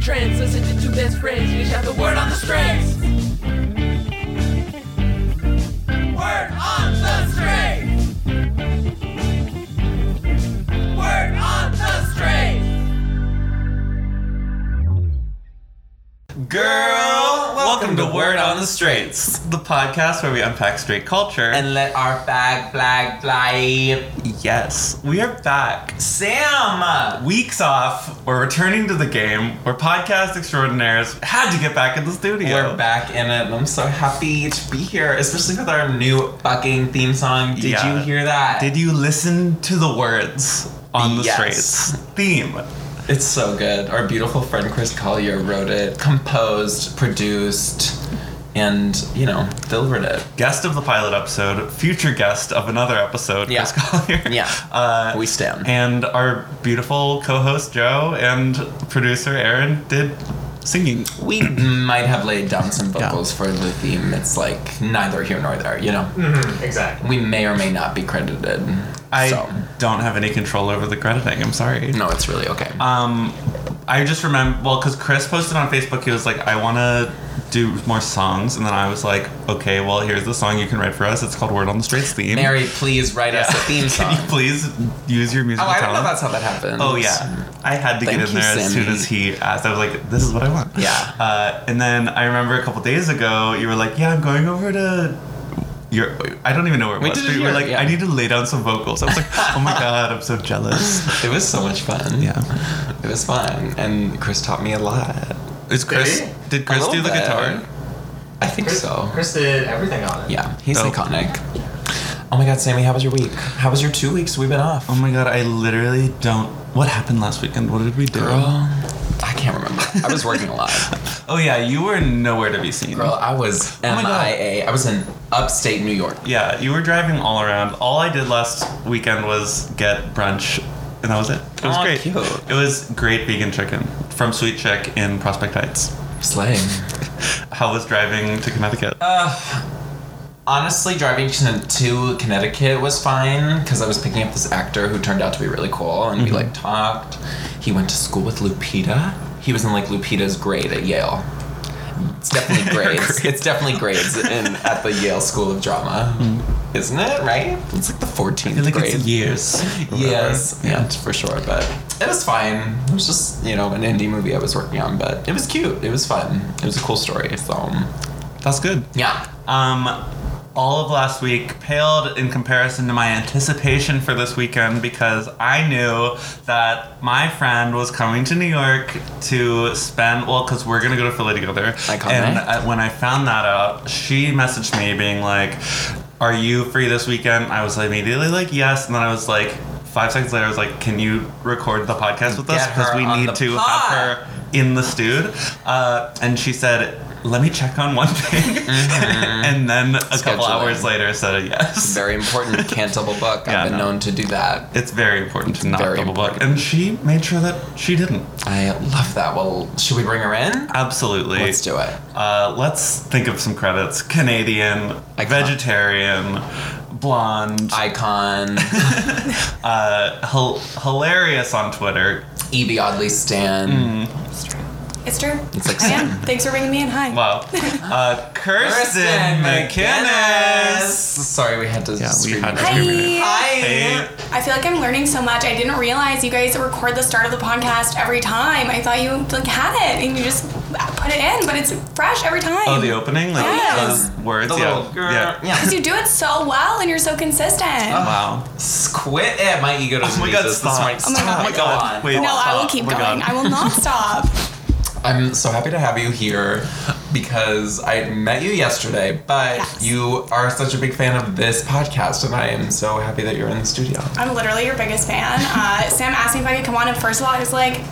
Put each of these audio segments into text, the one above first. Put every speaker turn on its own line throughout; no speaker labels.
trends. Listen to two best friends. You shout the word on the strings. Word on the strings. Word on the strings.
Girl, welcome to Word on the Straits, the podcast where we unpack straight culture.
and let our flag flag fly.
yes, we are back.
Sam,
Weeks off, we're returning to the game. We're podcast extraordinaires. Had to get back in the studio.
we're back in it. I'm so happy to be here, especially with our new fucking theme song. Did
Yeah.
you hear that?
Did you listen to the words on the
Yes.
Straits theme?
it's so good. Our beautiful friend Chris Collier wrote it, composed, produced, and you know delivered it.
Guest of the pilot episode, future guest of another episode,
Yeah.
Chris Collier.
Yeah.
Uh,
We stand.
and our beautiful co-host Joe and producer Aaron did singing.
we might have laid down some
Yeah.
vocals for the theme. It's like neither here nor there, you know.
Exactly.
We may or may not be credited.
I
so.
don't have any control over the crediting. I'm sorry.
No, it's really okay.
Um, I just remember well because Chris posted on Facebook. He was like, "I want to do more songs," and then I was like, "Okay, well here's the song you can write for us. It's called Word on the Streets theme."
Mary, please write us a theme song.
Can you please use your
Oh,
musical
I don't know
talent?
that's how that happened.
Oh yeah, I had to
Thank
get in
you,
there as soon
Sammy.
as he asked. I was like, "This is what I want."
Yeah.
Uh, and then I remember a couple days ago, you were like, "Yeah, I'm going over to." Your, I don't even know where it
We
was.
did
but
it
you were
here,
like,
yeah.
I need to lay down some vocals. I was like, oh my god, I'm so jealous.
It was so much fun.
Yeah.
It was fun. And Chris taught me a lot.
Is Chris?
Did he?
Did Chris
A
do
little
the
bit.
guitar?
I think
Chris,
so.
Chris did everything on it.
Yeah, he's
Dope.
iconic. Oh my god, Sammy, how was your week? How was your two weeks we've been off?
Oh my god, I literally don't. What happened last weekend? What did we do?
Girl, I can't remember. I was working a lot.
Oh yeah, you were nowhere to be seen.
Girl, I was
Oh my God.
MIA. I was in upstate New York.
Yeah, you were driving all around. All I did last weekend was get brunch, and that was it. It was
Aw,
great.
cute.
It was great vegan chicken from Sweet Chick in Prospect Heights.
Slaying.
How was driving to Connecticut?
Uh, Honestly, driving to- to Connecticut was fine because I was picking up this actor who turned out to be really cool and we like talked. He went to school with Lupita. He was in like Lupita's grade at Yale. It's definitely grades. It's definitely grades in at the Yale School of Drama. Isn't it, right? It's like the 14th grade.
years.
yes,
Yeah.
yeah, for sure. But it was fine. It was just, you know, an indie movie I was working on, but it was cute. It was fun. It was a cool story. So,
That's good.
yeah.
Um, all of last week paled in comparison to my anticipation for this weekend because I knew that my friend was coming to New York to spend, well, because we're going to go to Philly together.
Iconic.
And uh, when I found that out, she messaged me being like, Are you free this weekend? I was immediately like, Yes. And then I was like, Five seconds later, I was like, Can you record the podcast with
Get
us? Because
her
we
on
need
the
to
pod."
have her in the stud. Uh, and she said, let me check on one thing. and then a couple
Scheduling.
hours later said a yes.
Mm-hmm. very important. Can't double book.
Yeah,
I've been
no.
known to do that.
it's very important to not
very
double book.
important.
And she made sure that she didn't.
I love that. Well, should we bring her in?
Absolutely.
Let's do it.
Uh, let's think of some credits. Canadian,
Icon.
vegetarian, blonde,
Icon,
uh, hil- hilarious on Twitter.
Evie Oddly Stan.
Mm.
It's true. It's true.
It's like
I am.
Sam.
Thanks for bringing me in. Hi.
Wow. Uh, Kirsten McInnes.
Sorry, we had to.
Yeah, we
scream
had to
it.
Hi.
scream it. Hey.
Hi.
I feel like I'm learning so much. I didn't realize you guys record the start of the podcast every time. I thought you like had it and you just put it in, but it's fresh every time.
Oh, the opening? Like
Yes.
those words?
The
yeah.
little girl.
yeah.
Yeah.
Because you do it so well and you're so consistent.
Wow.
Quit it. My ego doesn't
my
need
God,
this.
stop.
This
Oh
might
my
stop.
God.
Go on.
Wait.
Go
no,
on.
I will keep
Oh my
going.
God.
I will not stop.
I'm so happy to have you here because I met you yesterday, but
Yes.
you are such a big fan of this podcast, and I am so happy that you're in the studio.
I'm literally your biggest fan. Uh, Sam asked me if I could come on, and first of all, I was like,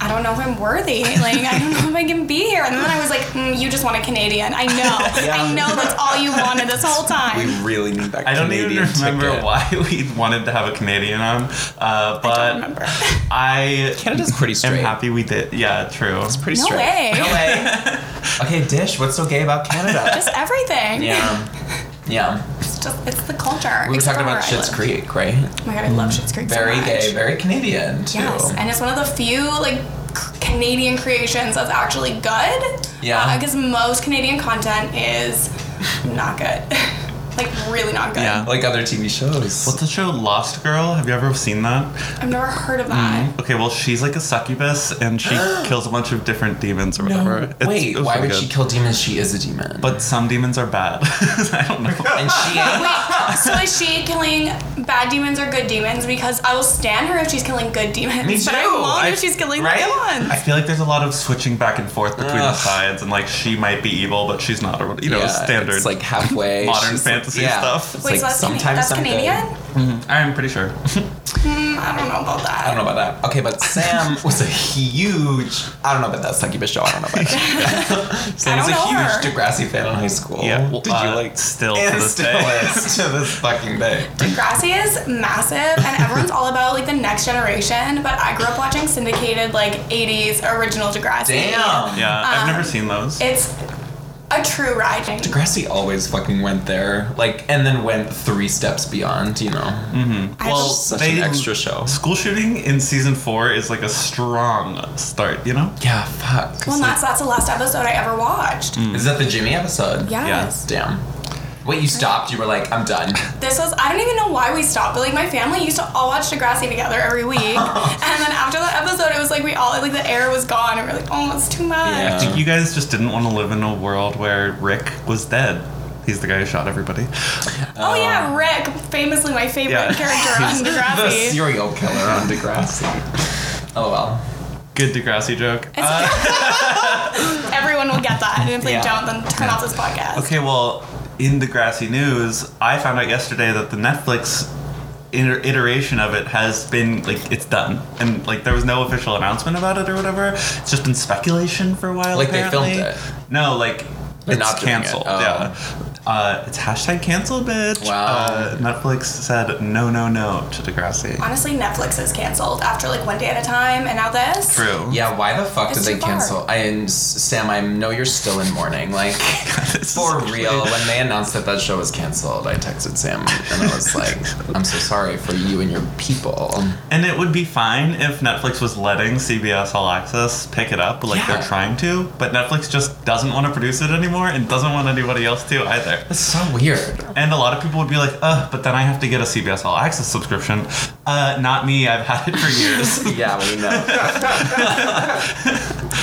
I don't know if I'm worthy. Like, I don't know if I can be here. And then I was like, mm, You just want a Canadian. I know.
Yeah.
I know that's all you wanted this whole
We
time.
really need that.
I don't
Canadian
even remember
ticket.
why we wanted to have a Canadian on, uh, but
I don't remember.
I
Canada's pretty
am
straight.
happy we did. Yeah, true.
Pretty
No
straight.
way.
No way. okay, Dish. What's so gay about Canada?
Just everything.
yeah. Yeah.
It's, just, it's the culture.
We were
Except
talking
for
about
where I
Schitt's
live.
Creek, right?
Oh my god, I love Schitt's Creek so
Very
much.
gay, very Canadian too.
Yes, and it's one of the few like c- Canadian creations that's actually good.
Yeah.
Because most Canadian content is not good. like, really not good.
Yeah.
like other TV shows.
What's the show Lost Girl? Have you ever seen that?
I've never heard of
Mm-hmm.
that.
Okay, well she's like a succubus and she kills a bunch of different demons or whatever. It's-
Wait,
it was
why
really
would she
good.
kill demons? She is a demon.
But some demons are bad. I don't know.
and she
So is she killing bad demons or good demons? Because I will stand her if she's killing good demons.
Me
But I
too.
won't
I-
if she's killing
right?
the ones.
I feel like there's a lot of switching back and forth between the
Ugh.
sides, and like she might be evil, but she's not. Or you know,
Yeah,
standard
It's like halfway
modern
she's-
fantasy
yeah.
stuff.
It's
Wait,
like
so that's, Cana-
sometimes
that's
I'm good.
Canadian?
I'm pretty sure.
Mm, I don't know about that.
I don't know about that. Okay, but Sam was a huge. I don't know about that succubus show. I don't know about that. Sam
I
was a
don't know her.
huge Degrassi fan in high school.
Yeah,
Did
uh,
you like?
still to
And
this
still
day?
is to this fucking day.
Degrassi is massive, and everyone's all about like the next generation. But I grew up watching syndicated like '80s original Degrassi.
Damn.
Yeah, I've
Um,
never seen those.
it's a true ride.
Degrassi always fucking went there, like, and then went three steps beyond. You know,
Mm.
I
well,
just-
such
They-
an extra show.
School shooting in season four is like a strong start, you know?
Yeah, fuck.
well, that's that's the last episode I ever watched.
Mm.
Is that the Jimmy episode?
Yes.
Damn. Wait, you stopped. You were like, I'm done.
This was I don't even know why we stopped, but like my family used to all watch Degrassi together every week, and then after that episode, it was like we all like the air was gone, and we are like, oh, it's too much.
Yeah.
I think you guys just didn't want to live in a world where Rick was dead. He's the guy who shot everybody.
Oh yeah, Rick, famously my favorite
Uh-huh. Yeah.
character on
The
Degrassi.
serial killer on Degrassi. Oh well.
Good Degrassi joke.
Everyone will get that. And if they
Yeah.
don't, then turn off this podcast.
Okay, well, in Degrassi news, I found out yesterday that the Netflix iter- iteration of it has been like it's done, and like there was no official announcement about it or whatever. It's just been speculation for a while.
Like they filmed
apparently.
it.
No, like
They're
it's
not doing it.
canceled.
Oh.
Yeah. Uh, it's hashtag cancel, bitch.
Wow.
Uh, Netflix said no, no, no to Degrassi.
Honestly, Netflix is canceled after like one day at a time, and now this.
True.
Yeah, why the fuck
It's
did
too
they
far.
cancel? I and S- Sam, I know you're still in mourning. Like
This is
for
actually-
real, when they announced that that show was canceled, I texted Sam and I was like, I'm so sorry for you and your people.
And it would be fine if Netflix was letting CBS All Access pick it up like
Yeah.
they're trying to, but Netflix just doesn't want to produce it anymore and doesn't want anybody else to either.
It's so weird.
And a lot of people would be like, ugh, but then I have to get a CBS All Access subscription. Uh, not me, I've had it for years.
Yeah, we know.
You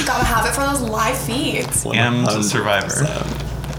gotta have it for those live feeds.
and Survivor.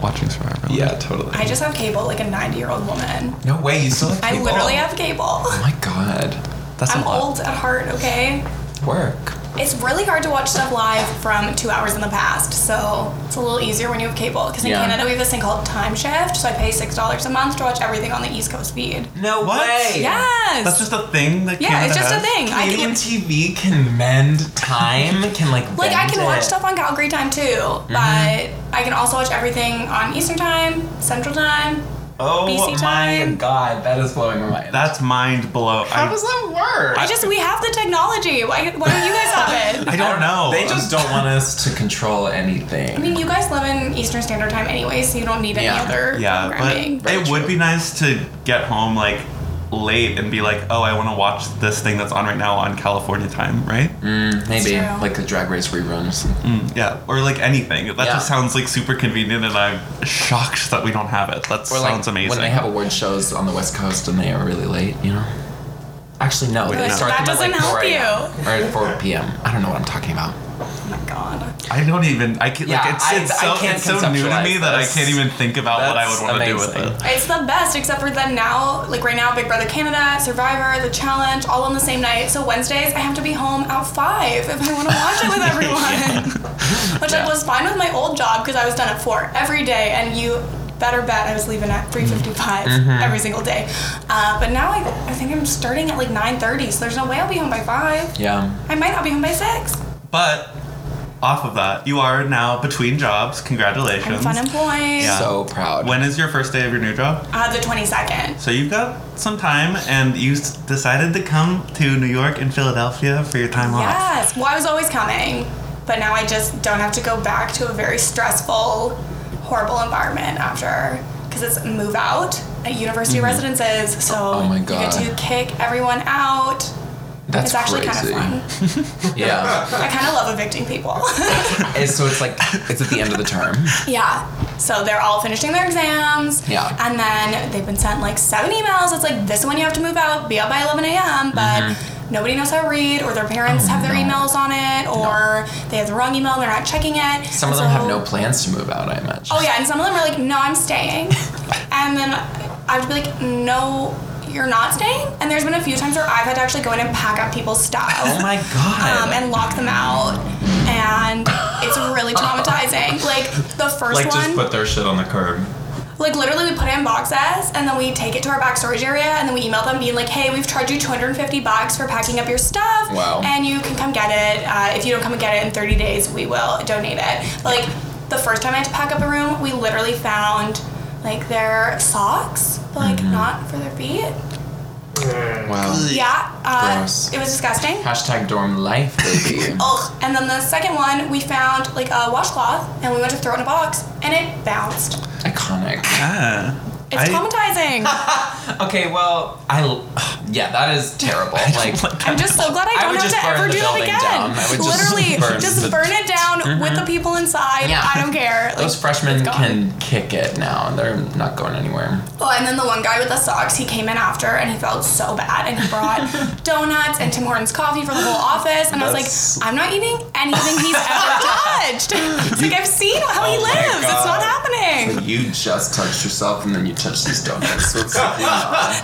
Watching Survivor.
Um, Yeah, totally.
I just have cable like a 90 year old woman.
no way, you still have
I
cable?
literally have cable.
Oh my god.
That's
I'm
a lot.
old at heart, okay?
Work.
It's really hard to watch stuff live from two hours in the past, so it's a little easier when you have cable. Because in
Yeah.
Canada, we have this thing called Time Shift, so I pay $6 a month to watch everything on the East Coast feed.
No
What?
way.
Yes!
That's just a thing that
yeah,
Canada
it's just a
has?
thing. I
Canadian
can-
TV can mend time, can like
Like I
bend
can watch
it.
stuff on Calgary time too,
Mm-hmm.
but I can also watch everything on Eastern time, Central time.
Oh
BC
my
time.
god, that is blowing my mind.
That's mind blowing.
How does that work?
I just we have the technology. Why, why don't you guys have it?
I don't know.
They just don't want us to control
I
anything.
mean, you guys live in Eastern Standard Time anyway, so you don't need any
Yeah.
other
Yeah,
programming.
but it would be nice to get home like late and be like, oh, I want to watch this thing that's on right now on California time, right?
Mm-hmm. Maybe
It's true.
like the drag race reruns.
Mm, Yeah, or like anything. That
Yeah.
just sounds like super convenient, and I'm shocked that we don't have it. That
Or like
sounds amazing.
when they have award shows on the West Coast and they are really late, you know. Actually, no,
Wait,
they
no.
start
That
them at like
doesn't
4
help
a.m. or at 4 p.m. I don't know what I'm talking about.
oh my god.
I don't even. I can
Yeah,
like it's,
I-
it's
I
so
can't
it's so new to me
conceptualize
that I
this.
can't even think about what I
That's
would want to do with
amazing.
it.
It's the best, except for then now, like right now, Big Brother Canada, Survivor, The Challenge, all on the same night. So Wednesdays, I have to be home at five if I want to watch it with everyone. Which I
Yeah.
was fine with my old job because I was done at four every day, and you better bet I was leaving at three
Mm-hmm.
every single day. Uh, but now I, I think I'm starting at like nine thirty, so there's no way I'll be home by five.
Yeah.
I might not be home by six.
But off of that, you are now between jobs.
I'm
Congratulations.
fun employed.
Yeah.
So proud.
Uh, when is your first day of your new job?
Uh, the twenty second.
So you've got some time, and you s- decided to come to New York and Philadelphia for your time off.
Yes. Well, I was always coming, but now I just don't have to go back to a very stressful, horrible environment after because it's move out at university residences. So
Mm-hmm. Oh my
you get
God.
to kick everyone out.
That's
it's actually
crazy.
kind of fun.
Yeah.
I kind of love evicting people.
And so it's like it's at the end of the term.
yeah. So they're all finishing their exams.
Yeah.
And then they've been sent like seven emails. It's like this one you have to move out, be out by 11 a.m. But nobody knows how to read, or their parents have their
Mm-hmm. Oh, no.
emails on it, or they have the wrong email. They're not checking it.
Some of them have
So-
no plans to move out. I imagine.
Oh yeah, and some of them are like, no, I'm staying, and then I have to be like, no, you're not staying. And there's been a few times where I've had to actually go in and pack up people's stuff
Oh my god.
um, and lock them out, and it's really traumatizing. Like the first
Like,
one,
just put their shit on the curb.
like literally, we put it in boxes, and then we take it to our back storage area, and then we email them being like, hey, we've charged you 250 bucks for packing up your stuff,
Wow.
and you can come get it. Uh, if you don't come and get it in 30 days, we will donate it. But like the first time I had to pack up a room, we literally found like their socks, but like
Mm-hmm.
not for their feet.
wow.
Yeah, uh,
Gross.
it was disgusting.
Hashtag dorm life, baby.
Ugh. And then the second one, we found like a washcloth, and we went to throw it in a box, and it bounced.
Iconic.
Yeah.
It's
I-
traumatizing.
Okay, well, I yeah, that is terrible. Like,
I'm just so glad I
I
don't
would
have
just
to
burn
ever
the
do that
building
again.
down. I would just
Literally,
burn
just
the- Mm-hmm.
burn it down with the people inside.
Yeah.
I don't care. Like,
those freshmen
it's gone.
can kick it now, and they're not going anywhere.
Oh, and then the one guy with the socks, he came in after and he felt so bad and he brought donuts and Tim Hortons coffee for the whole office. And
That's-
I was like, I'm not eating anything he's ever touched. It's like, I've seen how he
Oh my
lives.
God.
It's not happening.
You just touched yourself, and then you touched these donuts. So it's I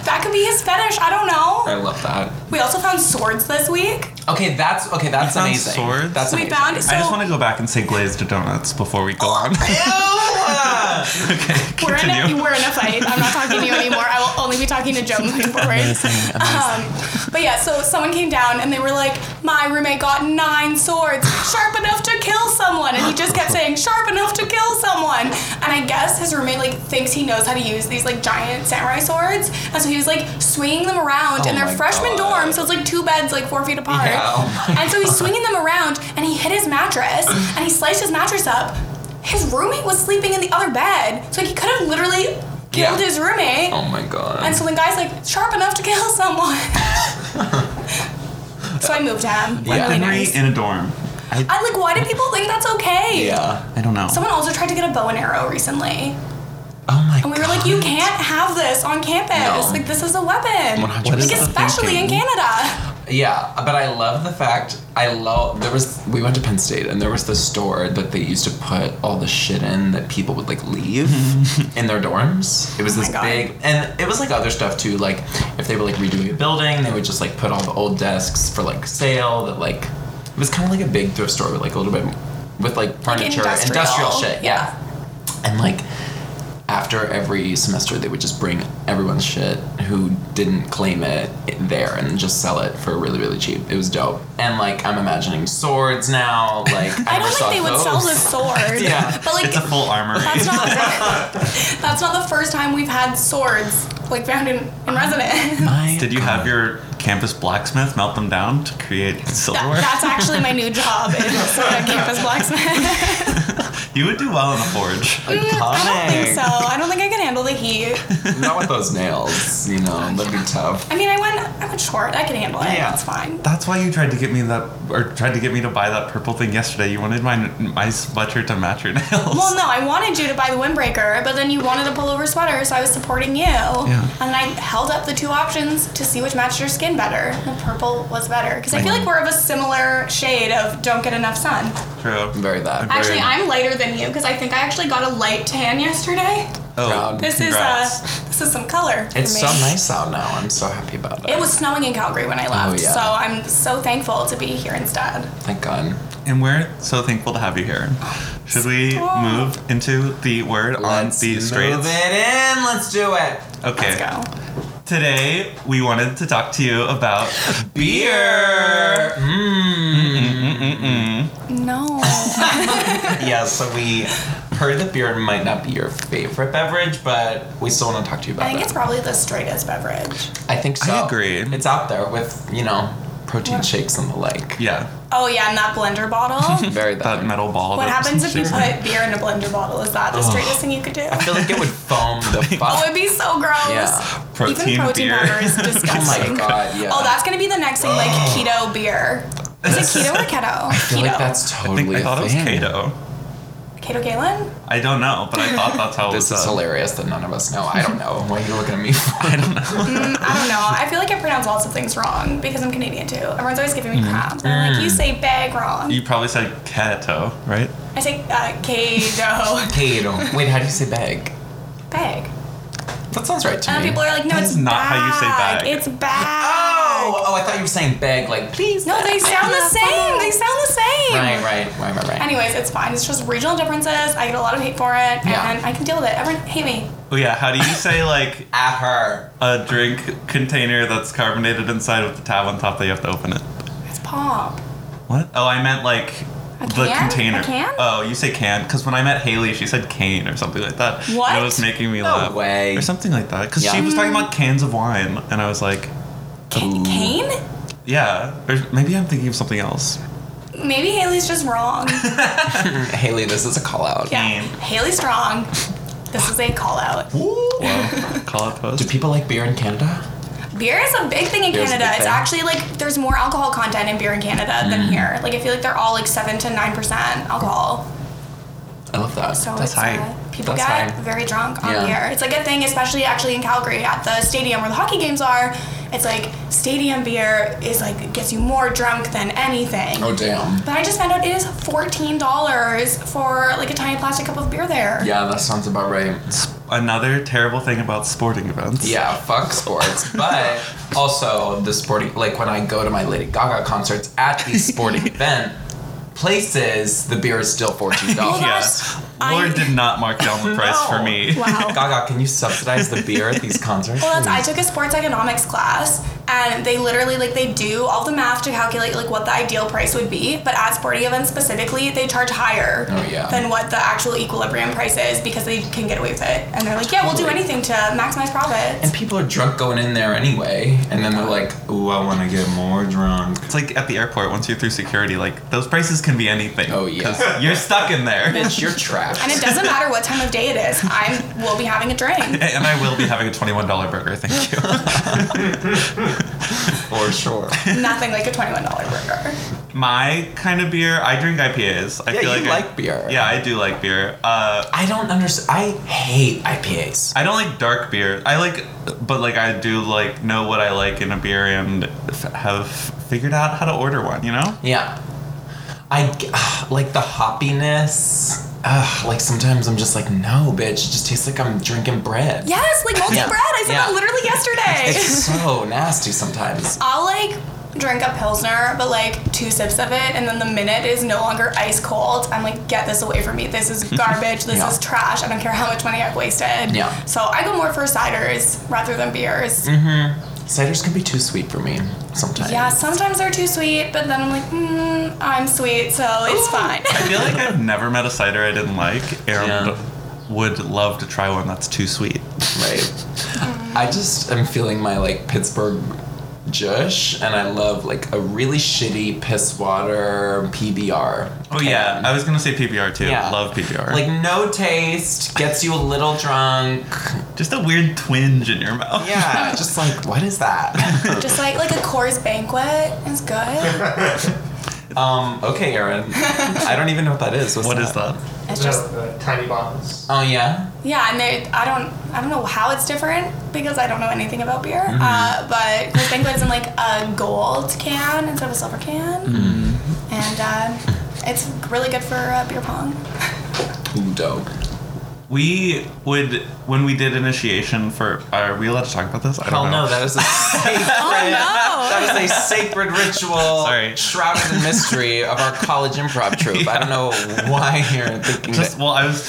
That could be his fetish. I don't know.
love that.
We also found swords this week.
Okay, that's okay. That's
found
amazing.
swords?
That's
We
amazing.
found
I just
so Oh,
want to go back and say glazed donuts before we go on. okay,
we're in, a,
continue.
we're in a fight. I'm not talking to you anymore. I will only be talking to Joe moving forward. Um, but yeah, so someone came down and they were like, "My roommate got nine swords, sharp enough to kill someone," and he just kept saying, "Sharp enough to kill someone." And I guess his roommate like thinks he knows how to use these like giant samurai swords, and so he was like swinging them around
Oh
in their
my
freshman
God.
dorm. So it's like two beds, like four feet apart.
Yeah, oh my
and so he's swinging them around, and he hit his mattress, and he sliced his mattress up. His roommate was sleeping in the other bed, so like, he could have literally
Yeah.
killed his roommate.
Oh my god.
And so the guy's like, sharp enough to kill someone. so I moved
Yeah.
him.
Henry
Really nice.
in a dorm. I,
I like, why do people think that's okay?
yeah.
I don't know.
Someone also tried to get a bow and arrow recently.
Oh my.
And we were like, you can't have this on campus.
No.
Like, this is a weapon.
100%.
Like, especially in Canada.
Yeah, but I love the fact I love there was we went to Penn State and there was this store that they used to put all the shit in that people would like leave in their dorms. It was this
God.
big and it was like other stuff too, like if they were like redoing a building, they would just like put all the old desks for like sale that like it was kinda like a big thrift store with like a little bit with like furniture, industrial. shit, yeah. And like after every semester, they would just bring everyone's shit who didn't claim it there and just sell it for really, really cheap. It was dope. And like I'm imagining swords now. Like I,
I
never
don't
saw
think they would
those.
sell the sword.
Yeah.
But like,
it's a full armory.
That's not. that's not the first time we've had swords like found in, in residence.
My
Did you have
God.
your campus blacksmith melt them down to create silverware?
That, that's actually my new job is a campus blacksmith. Mm,
you would do well in a forge.
I don't think
Iconic.
so. I don't think I can handle the heat.
Not with those nails, you know. That'd be tough.
I mean, I went I went short. I can handle it.
Yeah.
That's fine.
That's why you tried to get me that, or tried to get me to buy that purple thing yesterday. You wanted my my sweatshirt to match your nails.
Well, no, I wanted you to buy the windbreaker, but then you wanted a pullover sweater, so I was supporting you. Yeah. And then I held up the two options to see which matched your skin better. The purple was better because I feel like we're of a similar shade of don't get enough sun.
True.
Very that.
I-
Actually,
Very-
I'm lighter than you because I think I actually got a light tan yesterday.
Oh,
Proud.
This
Congrats.
is uh, this is some color. for
it's so
me.
nice out now. I'm so happy about it.
It was snowing in Calgary when I left,
yeah.
so I'm so thankful to be here instead.
Thank God.
and we're so thankful to have you here. Should we
Stop.
move into the word
Let's
on the
move
streets?
it in. Let's do it.
Okay.
Let's go.
Today we wanted to talk to you about
Beer. Mm.
No.
Yeah, so we heard that beer might not be your favorite beverage, but we still want to talk to you about
I think
it.
it's probably the straightest beverage.
I think so.
I agree.
It's out there with, you know, protein shakes and the like.
yeah
Oh yeah, and that blender bottle.
Very that.
that metal ball.
what
that
happens if you
shakes
put
me.
beer in a blender bottle? Is that the straightest thing you could do?
I feel like it would foam the fuck.
Oh, it'd be so gross.
yeah.
protein,
Even protein
beer.
powder is disgusting.
god, yeah.
Oh, that's gonna be the next thing, like keto beer. Is it keto or keto?
I feel
keto.
like that's
I think
totally.
I
a
thought it was
thing.
keto.
keto Galen.
I don't know, but I thought that's how it was
This is
said.
hilarious that none of us know. I don't know. Why are you looking at me?
I don't know.
Mm, I don't know. I feel like I pronounce lots of things wrong because I'm Canadian too. Everyone's always giving me
Mm-hmm.
crap. And I'm like, you say bag wrong.
You probably said keto, right?
I say uh, keto.
Kato. Wait, how do you say bag?
bag.
That sounds right to
And
me.
Uh, people are like, no,
That's
it's
not how you say
bag.
bag.
It's bag.
oh, oh, I thought you were saying bag. Like please.
No, they sound the same. They sound the same.
Right, right, right, right, right.
Anyways, it's fine. It's just regional differences. I get a lot of hate for it,
Yeah.
and I can deal with it. Everyone hate me.
Oh yeah, how do you say like
At her.
a drink container that's carbonated inside with the tab on top that you have to open it?
It's pop.
What? Oh, I meant like
A
the
can?
container.
A can?
Oh, you say can because when I met Haley, she said cane or something like that. and
What?
it was making me
No
laugh.
way.
Or something like that because she
Yeah.
was talking about cans of wine, and I was like,
Ca- Cane?
yeah. Or maybe I'm thinking of something else.
Maybe Haley's just wrong.
Haley, this is a call out.
Yeah.
Cane.
Haley's wrong. This is a call out.
Well, call it
Do
post.
people like beer in Canada?
Beer is a big thing in
Beer's a big
Canada. It's
thing. Mm.
actually like there's more alcohol content in beer in Canada than here. Like I feel like they're all like seven to nine percent alcohol.
I love that.
So
That's
it's,
high.
Uh, people
That's
get
high.
very drunk on
Yeah.
beer. It's like a thing, especially actually in Calgary at the stadium where the hockey games are. It's like stadium beer is like gets you more drunk than anything.
oh damn.
But I just found out it is fourteen dollars for like a tiny plastic cup of beer there.
Yeah, that sounds about right.
Another terrible thing about sporting events.
Yeah, fuck sports. But also the sporting like when I go to my Lady Gaga concerts at these sporting event places, the beer is still fourteen dollars.
Yeah.
that's-
Lord
I-
did not mark down the price for
No.
me.
Wow.
Gaga, can you subsidize the beer at these concerts?
Well, that's, I
please?
took a sports economics class, and they literally like they do all the math to calculate like what the ideal price would be. But at sporting events specifically, they charge higher
Oh, yeah.
than what the actual equilibrium price is because they can get away with it, and they're like, yeah, we'll do
Totally.
anything to maximize profits.
and people are drunk going in there anyway, and then they're like, "Ooh, I want to get more drunk."
It's like at the airport, once you're through security, like those prices can be anything.
Oh, yeah.
'Cause You're stuck in there.
Bitch, you're trash.
And it doesn't matter what time of day it is. I will be having a drink.
and I will be having a $21 burger, thank you.
for sure.
Nothing like a twenty-one dollar burger.
My kind of beer, I drink IPAs. I
Yeah,
feel
you
like I-
like beer.
Yeah, I do like beer. Uh,
I don't understand. I hate IPAs.
I don't like dark beer. I like, but like I do like know what I like in a beer and f- have figured out how to order one. You know?
Yeah. I g- ugh, like the hoppiness. Ugh, like sometimes I'm just like, no, bitch. It just tastes like I'm drinking bread.
Yes, like multi bread. I said
Yeah.
that literally yesterday.
It's so nasty sometimes.
I'll like drink a pilsner, but like two sips of it, and then the minute it is no longer ice cold, I'm like, get this away from me. This is garbage. This
Yeah.
is trash. I don't care how much money I've wasted.
Yeah. Mm-hmm.
So I go more for ciders rather than beers.
Ciders can be too sweet for me sometimes.
Yeah, sometimes they're too sweet, but then I'm like, mm, I'm sweet, so it's fine.
I feel like I've never met a cider I didn't like, and
Yeah.
would love to try one that's too sweet.
Right. I just am feeling my like Pittsburgh jush, and I love like a really shitty piss water PBR.
Oh yeah, I was gonna say PBR too.
Yeah.
Love PBR.
Like no taste, gets you a little drunk.
just a weird twinge in your mouth.
Yeah, just like what is that?
Just like like a Coors Banquet is good.
Um, okay, Erin. I don't even know what that is. What's
What
that?
is that?
It's
No,
just
the tiny bottles.
Oh yeah.
yeah, and they, I don't I don't know how it's different because I don't know anything about beer.
Mm-hmm.
Uh, but Coors Banquet's in like a gold can instead of a silver can,
Mm-hmm.
and uh, it's really good for uh, beer pong.
Ooh, dope.
We would when we did initiation for. Are we allowed to talk about this? I
Hell
don't know.
no, that is a sacred. That is a sacred ritual,
Sorry.
shrouded in mystery of our college improv troupe. I don't know why you're thinking
Just
that.
well, I was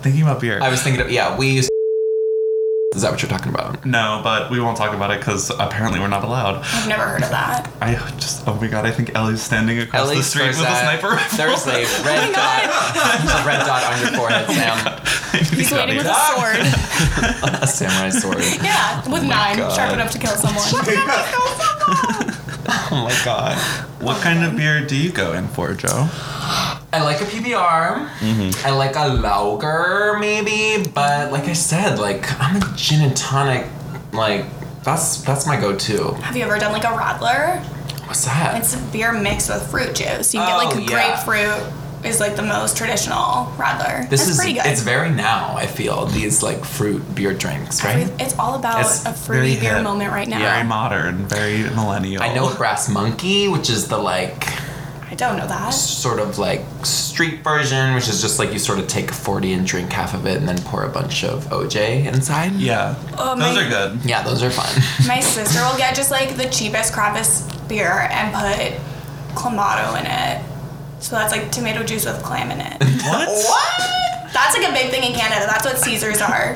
thinking about beer.
I was thinking of yeah, we used. Is that what you're talking about?
no, but we won't talk about it because apparently we're not allowed.
I've never heard of that.
I just oh my god, I think Ellie's standing across the street with a
Farzad,
sniper rifle.
There's a
Oh
red dot. There's a red dot on your forehead, Sam.
He's waiting
Oh
with a
Ah.
sword.
a samurai sword.
Yeah, with nine,
Oh God.
sharp enough to kill someone.
Oh my god.
What kind of beer do you go in for, Joe?
I like a PBR.
Mm-hmm.
I like a lager, maybe. But like I said, like I'm a gin and tonic Like that's that's my go-to.
Have you ever done like a Radler?
What's that?
It's a beer mixed with fruit juice. You can
Oh,
get like
yeah.
grapefruit is like the most traditional Radler.
this
That's
is
pretty good.
it's very now. I feel these like fruit beer drinks, right?
Every- it's all about
It's
a fruity
very
beer
hip,
moment right now.
Very modern, very millennial.
I know Brass Monkey, which is the like
I don't know that.
sort of like street version, which is just like you sort of take a 40 and drink half of it and then pour a bunch of OJ inside.
Yeah,
Oh,
those
my-
are good.
Yeah, those are fun.
My sister will get just like the cheapest, crappiest beer and put clamato in it. So that's like tomato juice with clam in it.
What?
that's like a big thing in Canada. That's what Caesars are.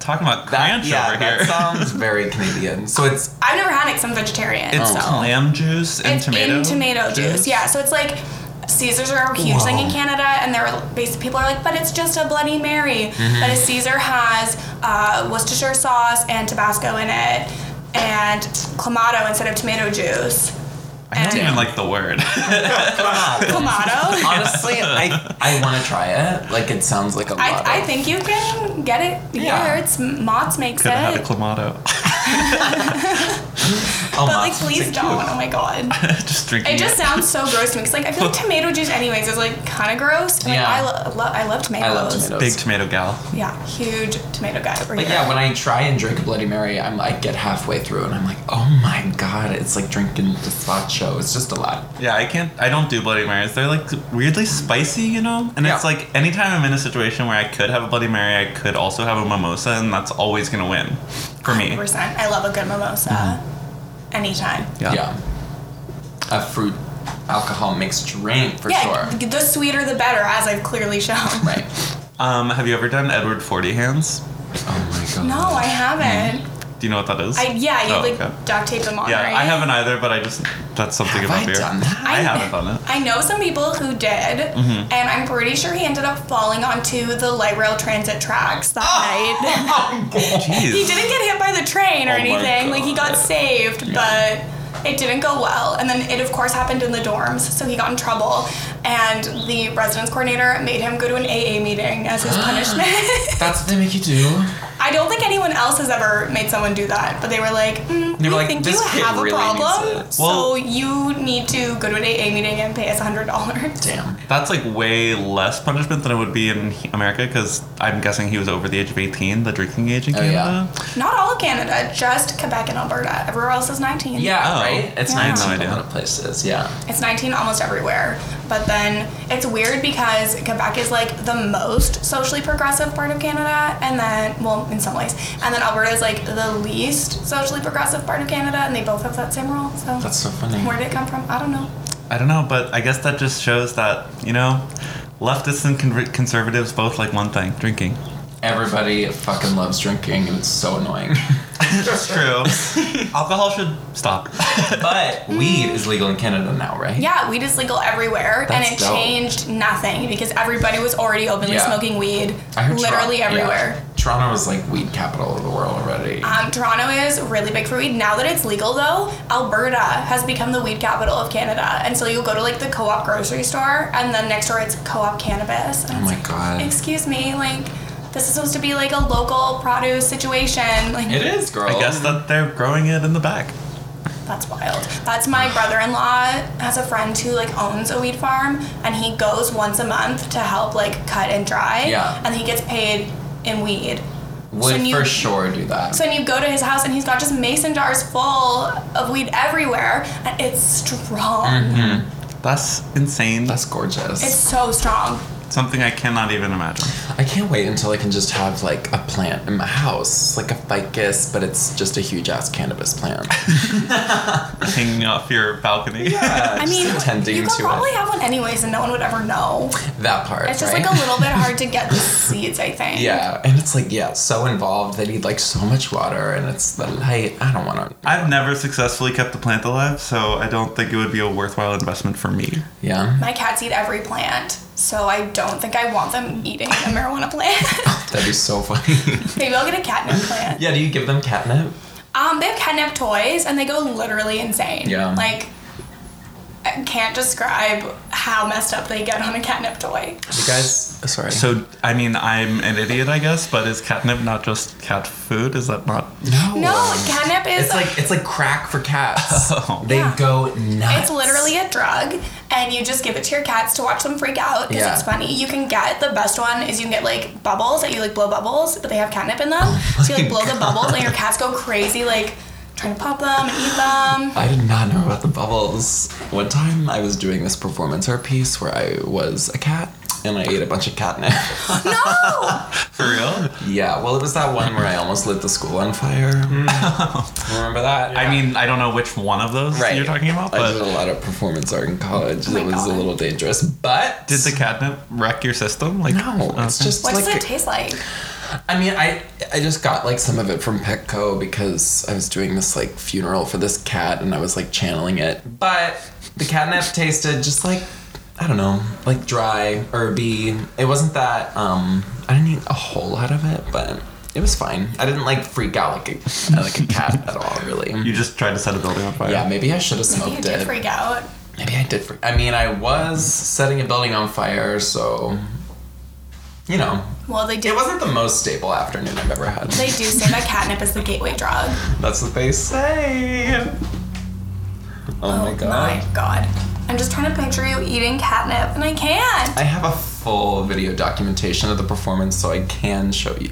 Talking about
That,
crunch
yeah,
over
that
here.
sounds very Canadian. So it's
I've never had it because I'm vegetarian.
It's
so.
clam juice Oh, and
it's
tomato.
in tomato juice. Yeah, so it's like Caesars are a huge thing in
Whoa.
Canada, and they're basically people are like, but it's just a Bloody Mary.
Mm-hmm.
But a Caesar has uh, Worcestershire sauce and Tabasco in it, and clamato instead of tomato juice.
I don't
and-
even like the word.
Clamato.
honestly, I I want to try it. Like it sounds like a lot.
I, I
of-
think you can get it here.
Yeah.
It's Mott's makes
Could have had a
it.
clamato.
Oh,
but
my-
like, please
it's
don't. Oh my god.
just drinking
It just
it.
sounds so gross to me. Cause like I feel like tomato juice, anyways, is like kind of gross. And, like,
Yeah.
I, lo- lo- I love tomatoes.
I love tomatoes.
Big tomato gal.
Yeah, huge tomato guy over
But
here.
yeah, when I try and drink a Bloody Mary, I'm like get halfway through and I'm like, oh my god, it's like drinking gazpacho. It's just a lot.
Yeah, I can't. I don't do Bloody Marys. They're like weirdly spicy, you know. And it's
Yeah.
like anytime I'm in a situation where I could have a Bloody Mary, I could also have a mimosa, and that's always gonna win for me.
100%. I love a good mimosa. Anytime.
Yeah. A fruit alcohol mixed drink for
yeah,
sure.
g- the sweeter the better, as I've clearly shown.
Right.
Um, have you ever done Edward Forty Hands?
Oh my god.
No, I haven't.
Do you know what that is?
I yeah, you
Oh,
like
okay.
duct tape them on,
Yeah,
right?
I haven't either, but I just that's something
Have
about
I
beer.
done Mm-hmm. that?
I
I-
haven't done it.
I know some people who did, and I'm pretty sure he ended up falling onto the light rail transit tracks that night.
Jeez.
He didn't get hit by the train or
Ah! Oh my
anything. Like he got
God.
saved, but it didn't go well. And then it of course happened in the dorms, so he got in trouble. And the residence coordinator made him go to an AA meeting as his punishment.
That's what they make you do.
I don't think anyone else has ever made someone do that, but they were like, mm,
They were
we
like,
think
"This
you
kid
have a
really needs
problem,
it."
so
Well-
you need to go to an AA meeting and pay us $100.
Damn.
That's like way less punishment than it would be in he- America because I'm guessing he was over the age of 18, the drinking age in
Oh,
Canada.
Not all of Canada, just Quebec and Alberta. Everywhere else is 19.
Yeah,
Oh.
right? It's
Yeah. I
yeah. 19
had
no
in a
idea.
lot of places, yeah.
It's 19 almost everywhere. But then it's weird because Quebec is like the most socially progressive part of Canada, and then, well, in some ways. And then Alberta is like the least socially progressive part of Canada, and they both have that same rule. So,
That's so funny.
where did it come from? I don't know.
I don't know, but I guess that just shows that, you know, leftists and conver conservatives both like one thing drinking.
Everybody fucking loves drinking and it's so annoying.
It's true. Alcohol should stop.
but weed is legal in Canada now, right?
Yeah, weed is legal everywhere, and
That's
it
dope.
changed nothing because everybody was already openly
Yeah.
smoking weed,
I heard Tor-
literally
yeah.
everywhere.
Toronto is like weed capital of the world already.
Um, Toronto is really big for weed. Now that it's legal, though, Alberta has become the weed capital of Canada, and so you'll go to like the co-op grocery store, and then next door it's co-op cannabis. And
oh
it's
my
like,
god.
Excuse me, like this is supposed to be like a local produce situation. Like
It is, girl.
I guess
Um,
that they're growing it in the back.
That's wild. That's my brother-in-law has a friend who like owns a weed farm, and he goes once a month to help like cut and dry.
Yeah.
And he gets paid in weed.
would
so you-
for sure do that.
So then you go to his house, and he's got just mason jars full of weed everywhere, and it's strong.
Mm-hmm.
That's insane.
That's
That's
gorgeous.
It's so strong.
something I cannot even imagine.
I can't wait until I can just have like a plant in my house, like a ficus, but it's just a huge ass cannabis plant.
Hanging off your balcony.
I mean,
just attending
you could
to
probably
it.
have one anyways, and no one would ever know.
That part.
It's just
right?
like a little bit hard to get the seeds, I think.
Yeah, and it's like yeah, so involved. They need like so much water, and it's the light. I don't want to.
I've never successfully kept the plant alive, so I don't think it would be a worthwhile investment for me.
Yeah,
My cats eat every plant, so I don't think I want them eating a marijuana plant.
that'd be so funny.
Maybe I'll get a catnip plant.
yeah, do you give them catnip?
Um, they have catnip toys and they go literally insane.
Yeah.
Like, I can't describe how messed up they get on a catnip toy.
You guys, oh, sorry.
So, I mean, I'm an idiot, I guess, but is catnip not just cat food? Is that not.
no,
No, catnip is
it's like it's like crack for cats.
Oh.
They
Yeah.
go nuts.
It's literally a drug, and you just give it to your cats to watch them freak out because
Yeah.
it's funny. You can get the best one is you can get like bubbles that you like blow bubbles, but they have catnip in them. so you
my
like blow the bubbles, and your cats go crazy, like trying to pop them and eat them.
I did not know about the bubbles. One time I was doing this performance art piece where I was a cat and I ate a bunch of catnip.
No,
For real?
yeah, well, it was that one where I almost lit the school on fire. Remember that?
I mean, I don't know which one of those
Right.
you're talking about,
I did a
but
lot of performance art in college.
Oh my
it was a
God.
little dangerous, but
did the catnip wreck your system? Like,
no, it's
okay.
just
what
like
does it taste like?
I mean, I I just got like some of it from Petco because I was doing this like funeral for this cat and I was like channeling it. But the catnip tasted just like I don't know, like dry, herby. It wasn't that um I didn't eat a whole lot of it, but it was fine. I didn't like freak out like a like a cat at all, really.
You just tried to set a building on fire.
Yeah, maybe I should have
You
smoked
did
it.
freak out.
Maybe I did. Freak. I mean, I was setting a building on fire, so you know,
Well, they do.
it wasn't the most stable afternoon I've ever had.
They do say that catnip is the gateway drug.
That's what they say. Oh, my god.
My God, I'm just trying to picture you eating catnip, and I can't.
I have a full video documentation of the performance, so I can show you.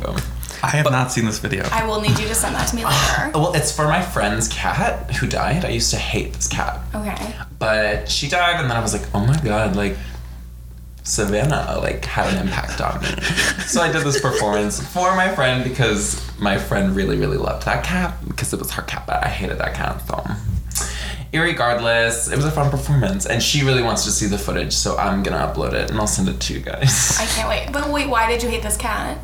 I have not seen this video.
I will need you to send that to me later.
Well, it's for my friend's cat who died. I used to hate this cat,
Okay.
but she died, and then I was like, oh my god, like Savannah, like had an impact on me. so I did this performance for my friend because my friend really, really loved that cat because it was her cat, but I hated that cat. So, irregardless, it was a fun performance, and she really wants to see the footage, so I'm gonna upload it and I'll send it to you guys.
I can't wait. But wait, why did you hate this cat?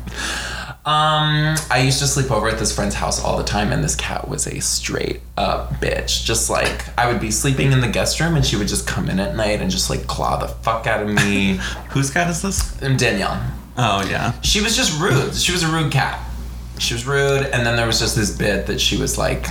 Um, I used to sleep over at this friend's house all the time, and this cat was a straight up bitch. Just like I would be sleeping in the guest room, and she would just come in at night and just like claw the fuck out of me.
Whose cat is this?
and Danielle,
Oh, yeah.
she was just rude. She was a rude cat. She was rude, and then there was just this bit that she was like,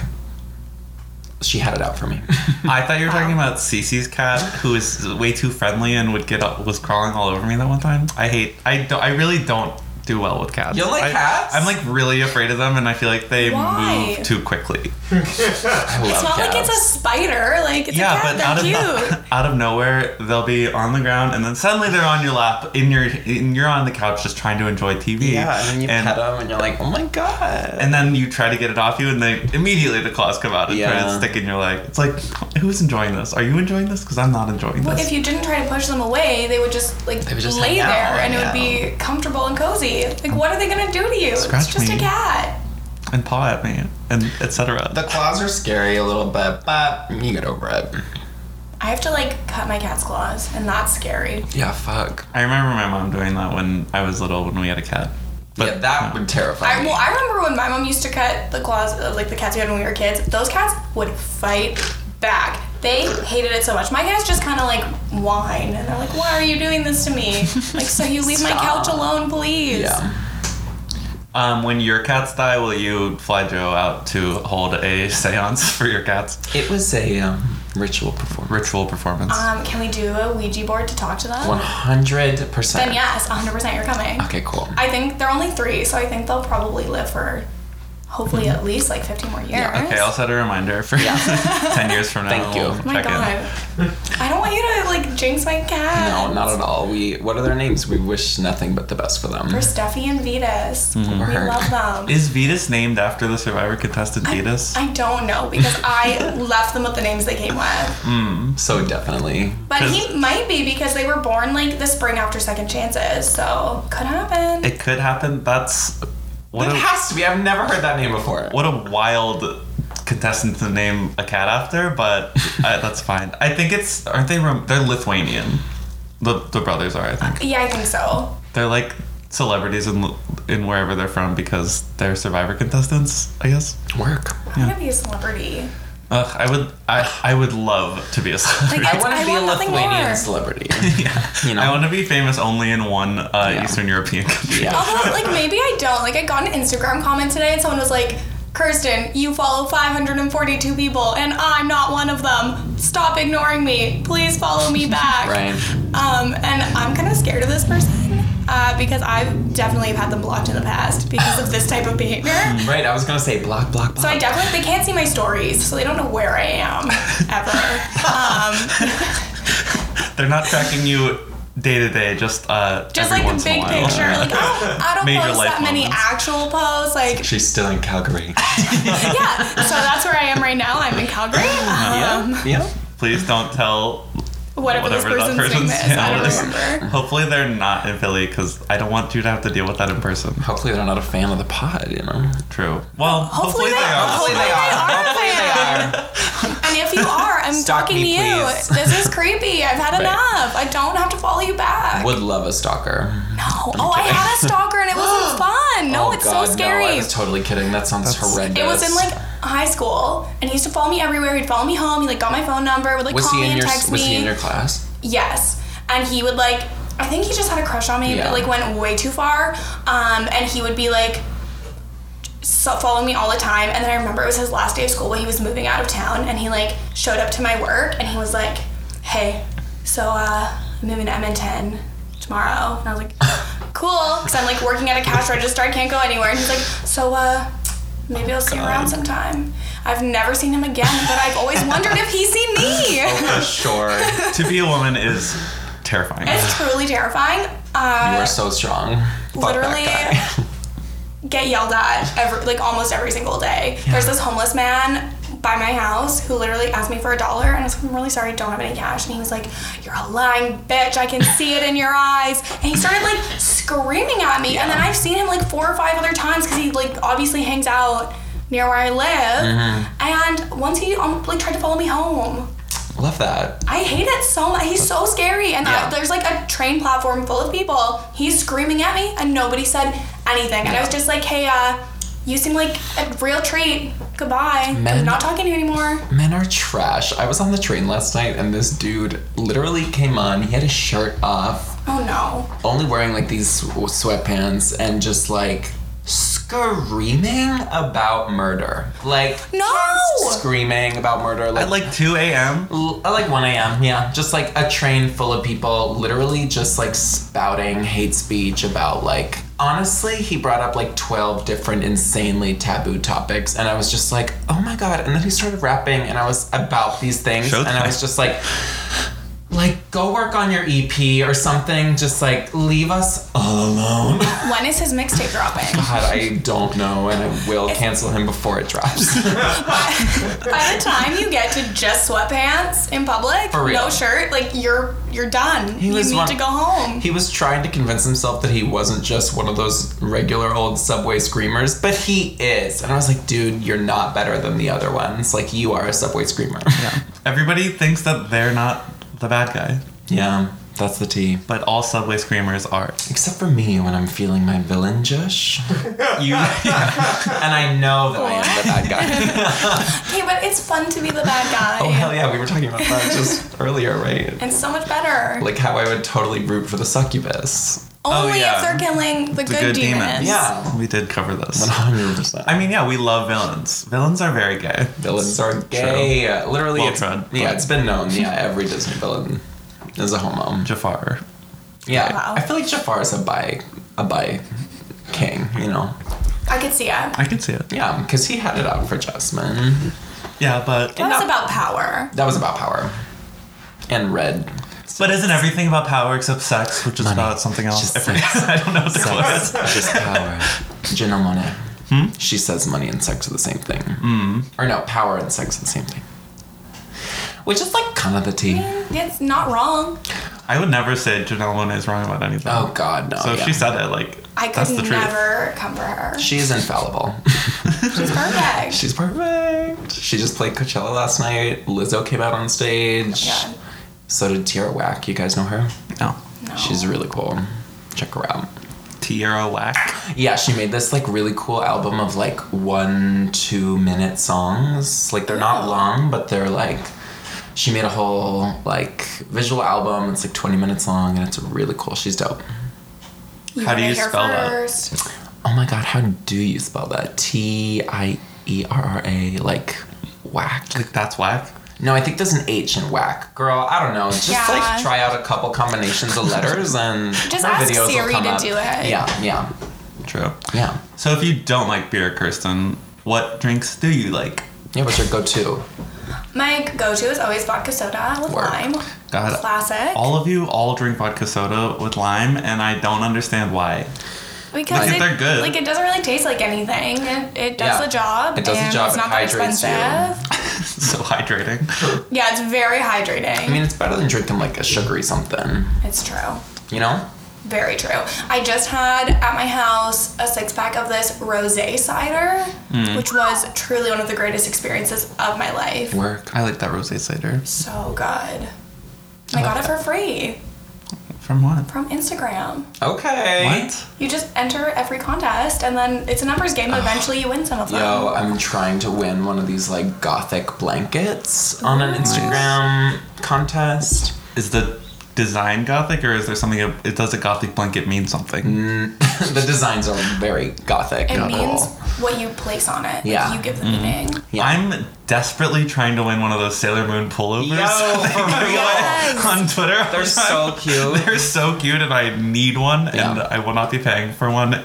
she had it out for me.
I thought you were talking about Cece's cat, who is way too friendly and would get up, was crawling all over me that one time. I hate. I don't. I really don't do well with cats.
You don't like
I-
cats?
I'm like really afraid of them, and I feel like they
Why?
move too quickly.
I love
It's not like
cats.
it's a spider. Like it's
yeah,
a cat.
but out of
They're cute.
out of nowhere, they'll be on the ground, and then suddenly they're on your lap, in your, and you're on the couch just trying to enjoy TV.
yeah, and then you pet them, and you're like, oh my god.
and then you try to get it off you, and they immediately the claws come out and try
Yeah.
to stick in your leg. It's like, who's enjoying this? Are you enjoying this? Because I'm not enjoying
Well,
this.
if you didn't try to push them away, they would just like
would just
lay
hang
there,
out,
and it would
hang
be comfortable and cozy. Like, what are they gonna do to you?
Scratch
it's just
me.
a cat.
and paw at me, and etc.
The claws are scary a little bit, but you get over it.
I have to like cut my cat's claws, and that's scary.
Yeah, fuck.
I remember my mom doing that when I was little when we had a cat.
But yeah, that
no.
would terrify
I
me.
well, I remember when my mom used to cut the claws of like the cats we had when we were kids. Those cats would fight back. They hated it so much. My cats just kind of like whine, and they're like, "Why are you doing this to me?" Like, so you leave my couch alone, please.
yeah.
Um, when your cats die, will you fly Joe out to hold a seance for your cat's
It was a um, ritual performance.
ritual performance?
Um, can we do a Ouija board to talk to them?
100%.
Then yes, 100% you're coming.
Okay, cool.
I think they're only three, so I think they'll probably live for hopefully at least like 50 more years.
Mm-hmm. okay, I'll set a reminder for ten years from now.
Thank you.
we'll
Oh my
check in.
god. I don't want you to like jinx my cat.
no, not at all. We, what are their names? We wish nothing but the best for them.
We're Steffi and Vetus. We
Word.
love them.
Mm-hmm. Is Vetus named after the Survivor contestant Vetus?
I don't know because I left them with the names they came with.
So definitely.
But he might be because they were born like the spring after second chances, so could happen.
It could happen. That's what
It
a,
has to be. I've never heard that name before.
what a wild contestant to name a cat after, but uh, that's fine. I think it's aren't they? Rom- they're Lithuanian. The the brothers are, I think.
yeah, I think so.
They're like celebrities in in wherever they're from because they're Survivor contestants. I guess.
Work.
I want to be a celebrity.
Ugh, I would I I would love to be a celebrity.
Like,
I want
I
to be a
want nothing more.
Lithuanian celebrity.
yeah.
You know.
I want to be famous only in one uh,
Yeah.
Eastern European country.
Yeah.
Oh, Although, like, maybe I don't. Like, I got an Instagram comment today and someone was like, Kirsten, you follow 542 people, and I'm not one of them. Stop ignoring me. Please follow me back.
Right.
Um, and I'm kind of scared of this person uh, because I've definitely have had them blocked in the past because of this type of behavior.
Right, I was gonna say block, block, block.
So I definitely they can't see my stories, so they don't know where I am ever. Um,
They're not tracking you day to day, just uh,
just
every
like the
once in a
big
while.
picture. Like I, I don't
Major
post
life
that many
moments.
actual posts. Like
She's still in Calgary.
yeah, so that's where I am right now. I'm in Calgary. Um,
yeah.
Please don't tell.
Whatever,
Whatever that
this person's, name
person's
is, I
channel
don't
is.
remember.
Hopefully they're not in Philly because I don't want you to have to deal with that in person.
Hopefully they're not a fan of the pod, you know.
True. Well,
Hopefully,
hopefully, they are.
Hopefully they are. Hopefully they are. And if you are, I'm
Stalk
talking
me,
to you.
please.
This is creepy. I've had enough. I don't have to follow you back.
Would love a stalker.
Oh, oh, I had a stalker and it wasn't fun. No,
oh,
it's
God,
so scary.
No, I was totally kidding. That sounds horrendous.
It was in like high school, and he used to follow me everywhere. He'd follow me home. He like got my phone number, would like
was
call
he
me
in
and
your
text
was
me.
he in your class?
yes, and he would like. I think he just had a crush on me,
Yeah.
but like went way too far. Um, and he would be like. So following me all the time, and then I remember it was his last day of school when he was moving out of town, and he like showed up to my work, and he was like, "Hey, so uh, I'm moving to Edmonton tomorrow," and I was like, "Cool," because I'm like working at a cash register, I can't go anywhere, and he's like, "So uh, Maybe I'll see him around sometime. I've never seen him again, but I've always wondered if he's seen me.
For sure. you
to be a woman is terrifying.
It's truly terrifying.
are
Uh,
so strong. Fuck
literally
that guy.
get yelled at every, like almost every single day. There's this homeless man by my house who literally asked me for a dollar, and I was like, I'm really sorry, I don't have any cash. And he was like, You're a lying bitch. I can see it in your eyes. And he started like screaming at me. And then I've seen him like four or five other times because he like obviously hangs out near where I live. And once he um, like tried to follow me home.
Love that.
I hate it so much. He's so scary. And I-
Yeah.
there's like a train platform full of people. He's screaming at me, and nobody said anything. And I was just like, hey, uh, you seem like a real treat. Goodbye.
Men-
I'm not talking to you anymore.
Men are trash. I was on the train last night and this dude literally came on. He had his shirt off,
Oh no.
only wearing like these sweatpants, and just like screaming about murder. Like
No!
screaming about murder. Like
At like 2 a.m.
L- I like 1 a.m. Yeah, just like a train full of people, literally just like spouting hate speech about like. Honestly, he brought up like 12 different insanely taboo topics, and I was just like, oh my god. And then he started rapping, and I was about these things, and I
Showtime.
was just like, like, go work on your EP or something. Just like, leave us all alone. God,
When is his mixtape dropping?
I don't know, and I will cancel him before it drops.
By the time you get to just sweatpants in public,
For real.
no shirt, like you're you're done. you
was
need
one-
to go home.
He was trying to convince himself that he wasn't just one of those regular old subway screamers, but he is. And I was like, dude, you're not better than the other ones. Like, you are a subway screamer. Yeah.
Everybody thinks that they're not the bad guy,
yeah, that's the T.
but all subway screamers are.
Except for me when I'm feeling my villain Josh.
You,
and I know that I am the bad guy.
Okay, but it's fun to be the bad guy.
oh, hell yeah, we were talking about that just earlier, right?
And so much better.
Like, oh, how I would totally root for the succubus.
Only
yeah.
if they're killing the, good,
good
demons.
demons.
Yeah.
we did cover this.
100%.
I mean, yeah, we love villains. Villains are very gay.
villains are gay. Literally,
Well
it's,
tried,
yeah,
but-
it's been known. Yeah, every Disney villain is a homo.
Jafar.
Yeah,
Wow.
I feel like Jafar is a bi, a bi king. You know,
I could see it.
I can see it.
yeah, because he had it out for Jasmine.
Yeah, but
That was
No.
about power.
That was about power and red.
but isn't everything about power except sex, which is about something else?
Just
I forget.
sex.
I don't know what the clue is.
Just power. Janelle Monet.
Hmm?
She says money and sex are the same thing.
Mm-hmm.
Or no, power and sex are the same thing. Which is like kind of the tea.
It's not wrong.
I would never say Janelle Monae is wrong about anything.
Oh God, no.
so if
yeah.
she said it, like
I could
that's the truth.
never come for her.
She's infallible.
She's perfect.
She's perfect. She just played Coachella last night. Lizzo came out on stage.
Oh God.
So did Tierra Whack. You guys know her?
No,
No.
She's really cool. Check her out.
Tierra Whack.
Yeah, she made this like really cool album of like one, two minute songs. Like they're not long, but they're like she made a whole like visual album. It's like 20 minutes long and it's really cool. She's dope.
You
How do
heard it
you
here
spell that?
first.
Oh my god, how do you spell that? T I E R R A, like whack.
Like, that's whack.
No, I think there's an H in whack. Girl, I don't know. Just
Yeah.
like try out a couple combinations of letters and
Just
more
ask
videos will
Siri
come
to
up.
do it.
Yeah, yeah,
True.
yeah.
So if you don't like beer, Kirsten, what drinks do you like?
Yeah, what's your go-to?
My go-to is always vodka soda with
Word.
lime.
God,
Classic.
all of you all drink vodka soda with lime, and I don't understand why.
because
Like,
it,
they're good.
like it doesn't really taste like anything. It, it does
Yeah.
the job.
It does the
and
job.
It's
It
not that
hydrates you.
expensive.
so hydrating.
Yeah, it's very hydrating.
I mean, it's better than drinking like a sugary something,
it's true.
you know?
Very true. I just had at my house a six pack of this rose cider,
Hmm.
which was truly one of the greatest experiences of my life.
Work.
I like that rosé cider.
So good. And I got it for free
From what?
from Instagram.
Okay.
What?
You just enter every contest, and then it's a numbers game. but Eventually, you win some of them.
Yo, I'm trying to win one of these like gothic blankets on an Instagram contest.
Is the design gothic, or is there something? It does a gothic blanket mean something?
Mm, the designs are very gothic.
It
and
means
cool.
what you place on it. Like,
Yeah.
you give the meaning.
Yeah.
I'm desperately trying to win one of those Sailor Moon pullovers
Yo,
that they
for real.
go on Twitter. all
They're
the
so
time.
cute.
They're so cute, and I need one, and
Yeah.
I will not be paying for one.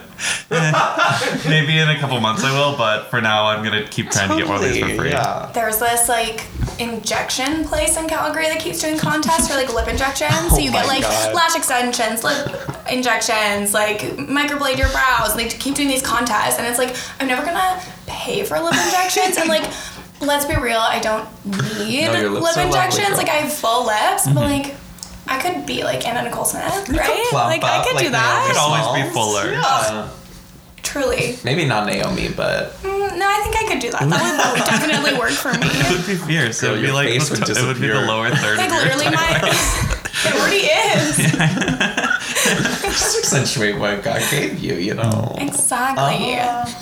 Eh, Maybe in a couple months I will, but for now I'm gonna keep trying to get one of these for free.
Yeah.
There's this like injection place in Calgary that keeps doing contests for like lip injections. so you get
Oh my
like
God.
lash extensions, lip injections, like microblade your brows. And they keep doing these contests, and it's like I'm never gonna pay for lip injections. and like, let's be real, I don't need
No, your lips
lip
are lovely,
injections.
girl. Mm-hmm.
like I have full lips, but like. I could be like Anna Nicole Smith, right? Like I could do
Could
that.
always be fuller.
Yeah.
Truly,
Maybe not Naomi, but
Mm, no, I think I could do that. That would definitely work for me.
It would be fierce.
Girl,
it would be
your
like
face
the-
would
it would be the
disappear.
lower third.
Like
of your
literally my It already is.
just accentuate what God gave you, you know. Uh-huh.
Exactly. Oh.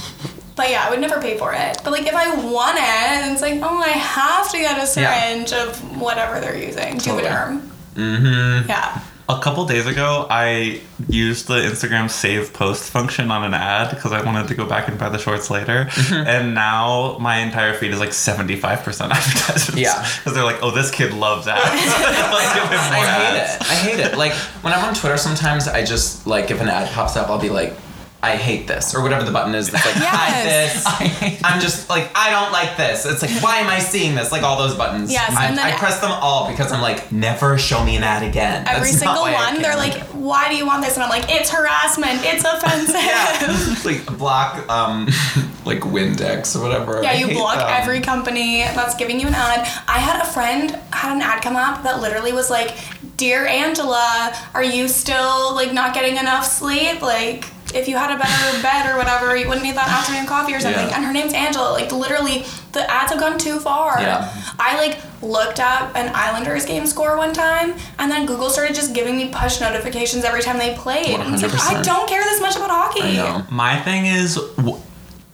But yeah, I would never pay for it. But like if I want it, and it's like, oh I have to get a syringe of whatever they're using.
Totally.
Juvederm. Mm-hmm. Yeah.
A couple days ago, I used the Instagram save post function on an ad because I wanted to go back and buy the shorts later.
Mm-hmm.
and now my entire feed is like 75% advertisements.
Yeah.
Because they're like, oh, this kid loves ads. Let's give him more
I hate
ads.
it. I hate it. Like when I'm on Twitter, sometimes I just like if an ad pops up, I'll be like, I hate this or whatever the button is. That's like
Yes.
I this. I'm just like I don't like this. It's like why am I seeing this? Like all those buttons.
Yes,
I,
and then-
I press them all because I'm like never show me an ad again.
Every
That's not
single
why I
one, they're
care.
like, why do you want this? And I'm like, it's harassment, it's offensive. yeah.
yeah, like block um like Windex or whatever. I
you
hate
block
them.
every company that's giving you an ad. I had a friend had an ad come up that literally was like, Dear Angela, are you still like not getting enough sleep? Like if you had a better bed or whatever, you wouldn't need that afternoon coffee or something.
Yeah.
And her name's Angela. Like literally, the ads have gone too far.
Yeah.
I like looked up an Islanders game score one time, and then Google started just giving me push notifications every time they played. And it's like, I
100%.
don't care this much about hockey.
I know.
My thing is, w-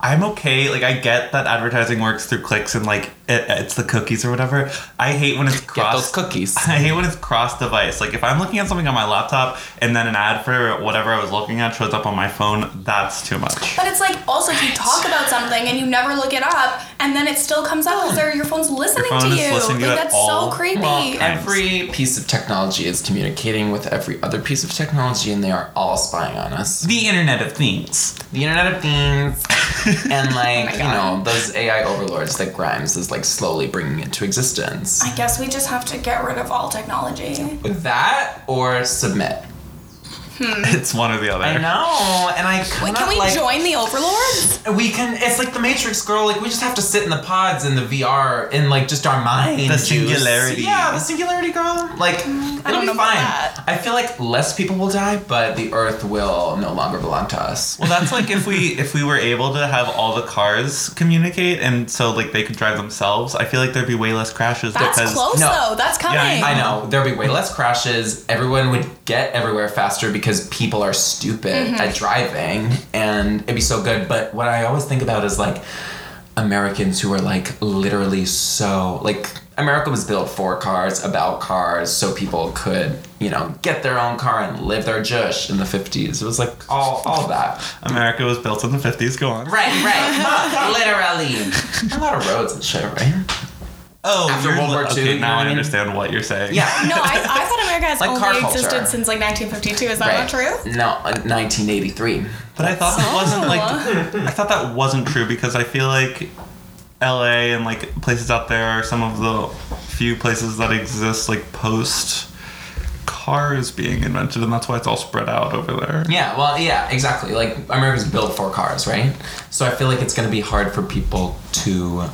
I'm okay. Like, I get that advertising works through clicks and like it, it's the cookies or whatever. I hate when it's
Get
cross
those cookies.
I hate when it's cross device. Like if I'm looking at something on my laptop and then an ad for whatever I was looking at shows up on my phone, that's too much.
But it's like also if you talk about something and you never look it up, and then it still comes up because your phone's listening
phone
to
is
you.
listening to
like
it
that's
all-
so creepy.
Well, every piece of technology is communicating with every other piece of technology, and they are all spying on us.
The Internet of Things.
The Internet of Things, and like you
God.
know those AI overlords that Grimes is like slowly bringing into existence.
I guess we just have to get rid of all technology.
With that or submit.
It's one or the other.
I know, and I kinda,
Wait, can we
like,
join the overlords?
We can. It's like the Matrix, girl. Like we just have to sit in the pods in the VR and like just our mind.
The
juice.
singularity.
Yeah, the singularity, girl. Like it'll
Mm, don't
be
know about
fine.
that.
I feel like less people will die, but the Earth will no longer belong to us.
Well, that's like if we if we were able to have all the cars communicate and so like they could drive themselves. I feel like there'd be way less crashes
That's
because
close
no.
though. That's coming.
I-
I know there'll be way less crashes. Everyone would get everywhere faster because people are stupid
Mm-hmm.
at driving, and it'd be so good. But what I always think about is like Americans who are like literally so like America was built for cars, about cars, so people could, you know, get their own car and live their jush in the 50s. It was like all, all that.
America was built in the 50s. Go on.
Right, right. Literally. A lot of roads and shit, right?
Oh,
After
you're
World War
li-
II,
okay,
you know
now
what I
I
mean?
understand what you're saying.
Yeah.
No, I, I thought America has
Like car
only
culture.
existed since like 1952. Is that
Right.
not true?
No, uh, 1983.
But I thought that wasn't like I thought that wasn't true because I feel like LA and like places out there are some of the few places that exist like post cars being invented and that's why it's all spread out over there.
Yeah, well, yeah, exactly. Like America's built for cars, right? So I feel like it's going to be hard for people to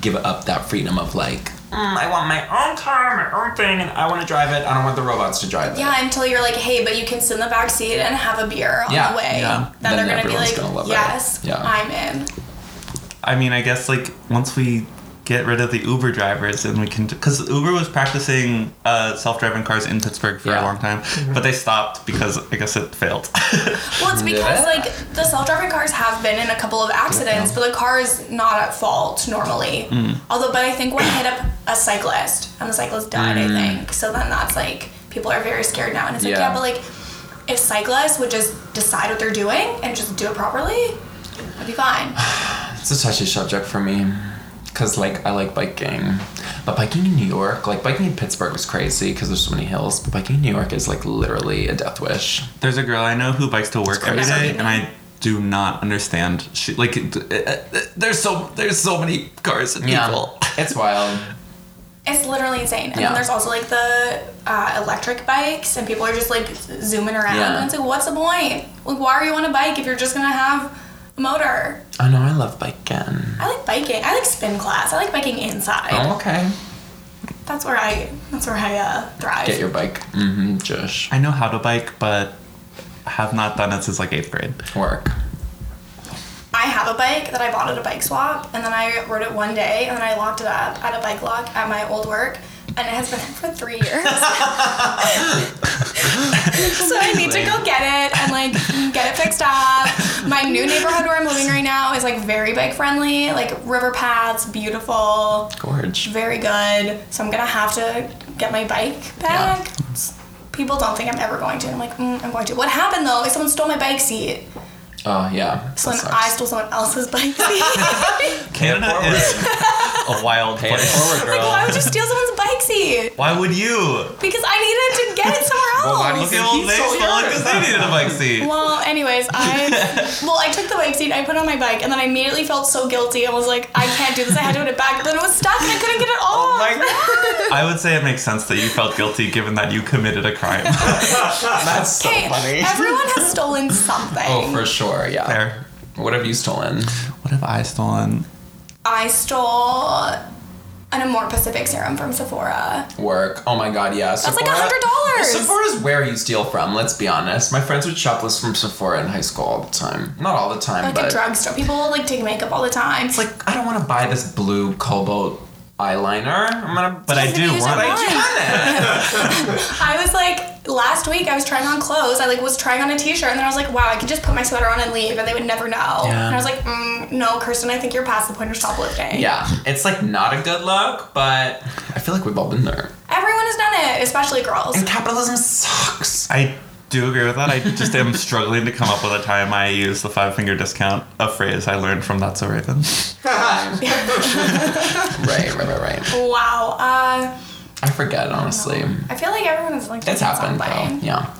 give up that freedom of like, mm, I want my own car, my own thing, and I want to drive it. I don't want the robots to drive it.
Yeah, until you're like, hey, but you can sit in the back seat and have a beer on
Yeah,
the way.
yeah. Then
Then, they're gonna be
everyone's
like,
gonna love it.
yes,
Yeah.
I'm in.
I mean, I guess like once we get rid of the Uber drivers and we can because Uber was practicing uh, self-driving cars in Pittsburgh for a
Yeah.
long time, but they stopped because I guess it failed.
Well, it's because
Yeah.
like the self-driving cars have been in a couple of accidents, but the car is not at fault normally.
Hmm.
Although, but I think one hit up a cyclist, and the cyclist died. I think so. Then that's like people are very scared now, and it's like
Hmm. Yeah.
yeah, but like if cyclists would just decide what they're doing and just do it properly, it'd be fine.
It's a touchy subject for me. Cause like I like biking, but biking in New York, like biking in Pittsburgh was crazy because there's so many hills. But biking in New York is like literally a death wish.
There's a girl I know who bikes to work every
crazy.
day, and I do not understand. She like it- it- it- there's so there's so many cars and people.
it's wild.
It's literally insane. And
Yeah.
then there's also like the uh, electric bikes, and people are just like zooming around.
Yeah.
And it's like, what's the point? Like, why are you on a bike if you're just gonna have a motor?
I know I love biking.
I like biking. I like spin class. I like biking inside.
Oh, okay.
That's where I. That's where I uh, thrive.
Get your bike. Mm-hmm. Josh.
I know how to bike, but have not done it since like eighth grade.
Work.
I have a bike that I bought at a bike swap, and then I rode it one day, and then I locked it up at a bike lock at my old work, and it has been there for three years. so I need to go get it and like get it fixed up. My new neighborhood where I'm living right now is like very bike friendly, like river paths, beautiful,
Gorge.
very good. So I'm gonna have to get my bike back. People don't think I'm ever going to. I'm like, mm, I'm going to. What happened though is someone stole my bike seat.
Oh yeah.
So
that
then I
sucks.
stole someone else's bike seat. like,
Canada
forward.
is a wild
Pay it
place.
forward, girl.
why would you steal someone's bike seat?
Why would you?
Because I needed to get it somewhere
Well, why do you
else.
Look at old
He stole
they stole it
yours.
because they needed a bike seat.
Well, anyways, I well, I took the bike seat, I put it on my bike, and then I immediately felt so guilty. I was like, I can't do this. I had to put it back. But then it was stuck, and I couldn't get it
Oh
off.
I would say it makes sense that you felt guilty given that you committed a crime.
That's so
Okay,
funny.
everyone has stolen something.
oh, for sure. Yeah.
Fair.
What have you stolen?
What have I stolen?
I stole an Amore Pacific serum from Sephora.
Work. Oh my god, yeah. That's
like $100.
Sephora's where you steal from, let's be honest. My friends would shoplift from Sephora in high school all the time. Not all the time,
Like
but
a drugstore. People like take makeup all the time. It's
like I don't want to buy this blue cobalt eyeliner. I'm gonna
But I
Just
do
use
want.
it
I do want it.
I was like last week I was trying on clothes. I like was trying on a t-shirt and then I was like, wow, I could just put my sweater on and leave and they would never know. And I was like, mm, no, Kirsten, I think you're past the point of shoplifting.
yeah, it's like not a good look, but I feel like we've all been there.
Everyone has done it, especially girls.
And capitalism sucks.
I do agree with that. I just am struggling to come up with a time I use the five finger discount, a phrase I learned from That's a Raven.
right, right, right, right.
Wow. Uh,
I forget honestly.
I feel like everyone is
It's
like doing
happened
something.
though. Yeah.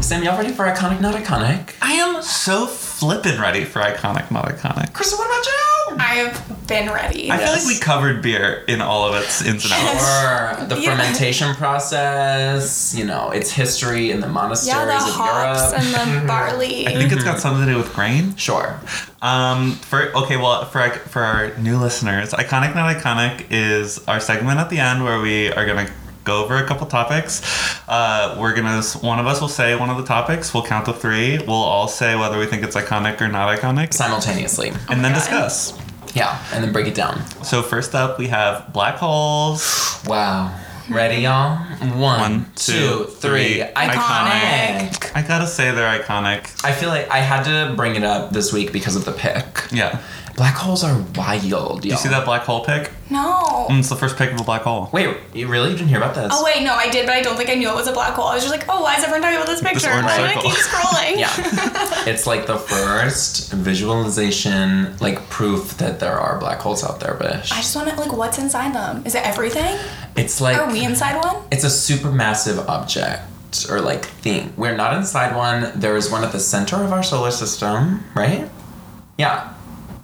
Sam, y'all ready for iconic, not iconic?
I am so flippin' ready for iconic, not iconic.
Kristen, what about you?
I've been ready.
I feel like
Yes.
we covered beer in all of its ins and outs.
Or the
Yeah.
fermentation process, you know, its history in the monasteries
yeah, the
of
hops
Europe.
and the barley.
I think it's got something to do with grain.
sure.
Um, for okay, well, for for our new listeners, iconic not iconic is our segment at the end where we are gonna go over a couple topics. Uh, we're gonna one of us will say one of the topics. We'll count to three. We'll all say whether we think it's iconic or not iconic,
Simultaneously.
and then
God.
discuss.
Yeah, and then break it down.
So first up, we have black holes.
Wow. Ready, y'all? One, two, three.
Iconic.
Iconic.
I gotta say they're iconic.
I feel like I had to bring it up this week because of the pick.
Yeah.
Black holes are wild, y'all.
You see that black hole pick?
No.
Mm, It's the first pick of a black hole.
Oh. Wait, you really didn't hear about this?
Oh wait, no, I did, but I don't think I knew it was a black hole. I was just like, oh, why is everyone talking about this picture?
orange
why would I
circle.
keep scrolling?
Yeah. it's like the first visualization, like proof that there are black holes out there, but
I just want to like, what's inside them? Is it everything?
it's like
Are we inside one?
it's a supermassive object or like thing. We're not inside one. There is one at the center of our solar system, right? Yeah.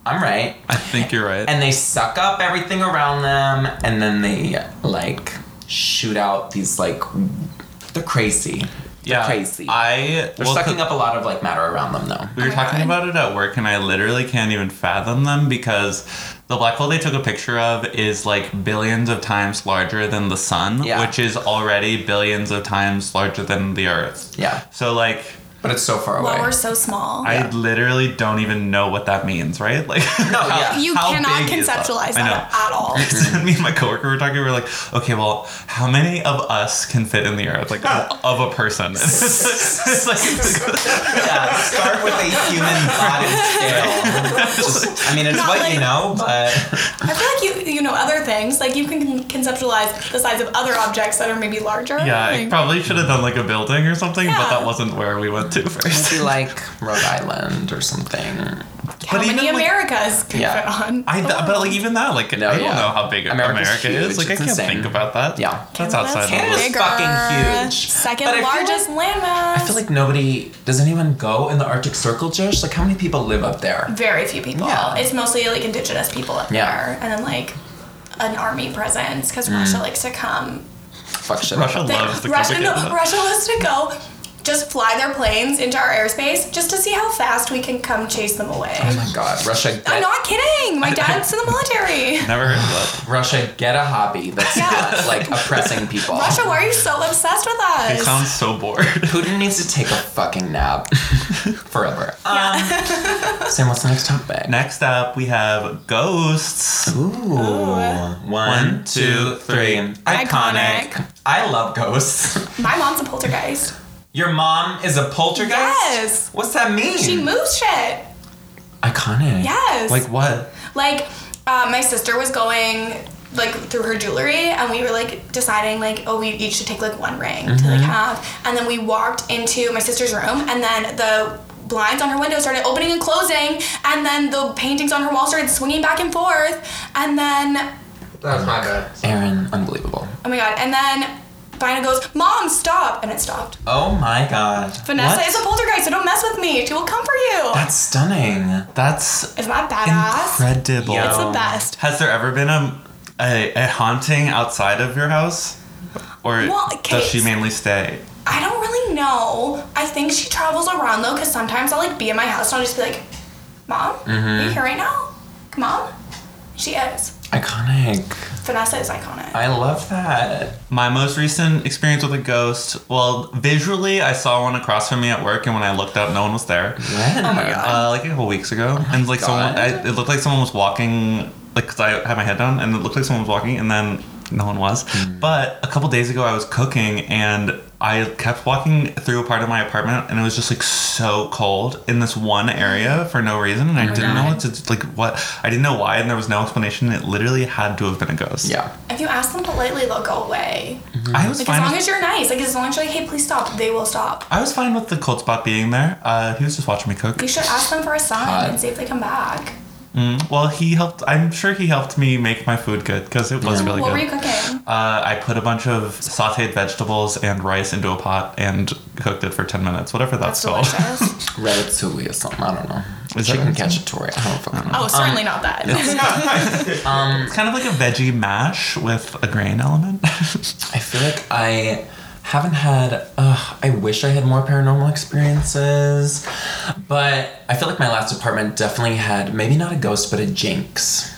I'm right.
I think you're right.
And they suck up everything around them and then they like shoot out these like they're crazy. They're
yeah,
crazy.
I
they're
well,
sucking
co-
up a lot of like matter around them though.
We were
my
talking
God.
about it at work, and I literally can't even fathom them because the black hole they took a picture of is like billions of times larger than the sun,
Yeah.
which is already billions of times larger than the Earth.
Yeah.
So like,
But it's so far away.
Well, we're so small.
I literally don't even know what that means, right? Like,
no, Oh, yeah.
you
how
cannot
big is that?
conceptualize
I
that at all.
me and my coworker were talking. We were like, okay, well, how many of us can fit in the Earth, like "Oh, of- of a person? it's like,
Yeah, start with a human body scale. Just- I mean, it's
Not
what
like-
you know, but
I feel like you you know other things. Like you can conceptualize the size of other objects that are maybe larger.
yeah, I
Like-
probably should have done like a building or something, but
Yeah.
that wasn't where we went to first.
maybe like Rhode Island or something.
How
But
many
even, like-
Americas can
Yeah.
fit on?
I th- but like even that, like
No,
I don't
yeah.
know how big
America's
America
huge,
is. Like I
it's
can't
insane.
think about that.
Yeah.
that's
Canada's
outside of the
Canada's
list.
Bigger.
fucking huge.
Second
But I feel
largest landmass.
I feel like nobody. Does anyone go in the Arctic Circle, Josh? Like, how many people live up there?
very few people.
Yeah.
It's mostly like indigenous people up
Yeah. Mm.
there, and then like an army presence because Russia likes to come.
Fuck shit.
Russia
They-
loves the
Russia,
Kubik
no,
Island.
Russia wants to go. Just fly their planes into our airspace just to see how fast we can come chase them away.
Oh my God, Russia. Get,
I'm not kidding. My dad's in the military.
Never heard of that.
Russia, get a hobby that's
Yeah.
not like oppressing people.
Russia, why are you so obsessed with
It
us?
sounds so bored.
Putin needs to take a fucking nap forever. Um, Sam, what's the next topic?
Next up, we have ghosts.
Ooh.
One,
One,
two,
two, three.
Iconic.
I love ghosts.
My mom's a poltergeist.
Your mom is a poltergeist?
Yes.
What's that mean?
She moves shit.
Iconic.
Yes.
Like what?
like uh, my sister was going like through her jewelry and we were like deciding like oh we each should take like one ring to
Mm-hmm.
like have and then we walked into my sister's room and then the blinds on her window started opening and closing and then the paintings on her wall started swinging back and forth and then
That was my bad.
Aaron, unbelievable.
oh my god and then Vina goes mom stop and it stopped
Oh my god.
Vanessa
What?
is a poltergeist so don't mess with me she will come for you
That's stunning.
That's
isn't that badass
incredible.
Yeah.
it's the
Um,
best
Has there ever been a, a, a haunting outside of your house? Or
Well, okay.
does she mainly stay?
I don't really know. I think she travels around though, because sometimes I'll like be in my house and I'll just be like, "Mom, are
Mm-hmm.
you here right now? Mom." She is.
Iconic.
Vanessa is iconic.
I love that.
My most recent experience with a ghost, well, visually, I saw one across from me at work, and when I looked up, no one was there.
When? Oh my god.
Uh, like a couple weeks ago,
Oh
and like someone,
God.
I, it looked like someone was walking. Like, 'cause I had my head down, and it looked like someone was walking, and then no one was.
Hmm.
But a couple days ago, I was cooking, and I kept walking through a part of my apartment, and it was just like so cold in this one area for no reason,
Oh
and I didn't know what to like. What I didn't know why, and there was no explanation. It literally had to have been a ghost.
Yeah.
if you ask them politely, they'll go away.
I was
Mm-hmm. Like
fine.
as long
with-
as you're nice, like as long as you're like, "Hey, please stop," they will stop.
I was fine with the cold spot being there. Uh, he was just watching me cook.
You should ask them for a sign
Hot.
and see if they come back.
Well, he helped. I'm sure he helped me make my food good because it was really
what
good.
were you cooking?
Uh, I put a bunch of sauteed vegetables and rice into a pot and cooked it for 10 minutes, whatever that's,
That's
called.
delicious.
Ratatouille or something. I don't know.
Is that
Chicken
what it's
cacciatore. I don't fucking know. Um,
oh, certainly
Um,
not that.
It's kind of like a veggie mash with a grain element.
I feel like I haven't had. Uh, I wish I had more paranormal experiences, but I feel like my last apartment definitely had maybe not a ghost, but a jinx.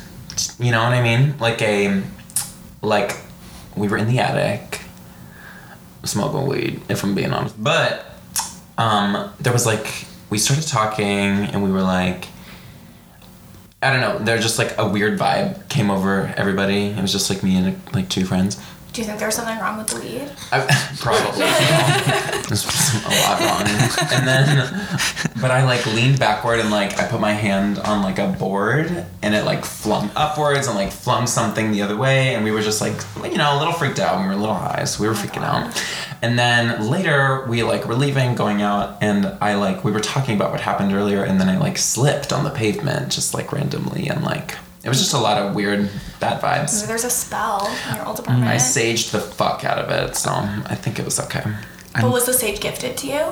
You know what I mean? Like a, like, we were in the attic, smoking weed. If I'm being honest, but um, there was like we started talking and we were like. I don't know. They're just like a weird vibe came over everybody. It was just like me and like two friends,
Do you think there's something wrong with the weed?
I, probably. This was a lot wrong. And then, but I like leaned backward and like I put my hand on like a board and it like flung upwards and like flung something the other way. And we were just like, you know, a little freaked out. We were a little high, so we were freaking out. And then later we like were leaving, going out, and I like, we were talking about what happened earlier. And then I like slipped on the pavement just like randomly and like, it was just a lot of weird, bad vibes.
Maybe there's a spell in your old
Mm-hmm. Mm,
apartment.
I saged the fuck out of it, so I think it was okay.
But was the sage gifted to you?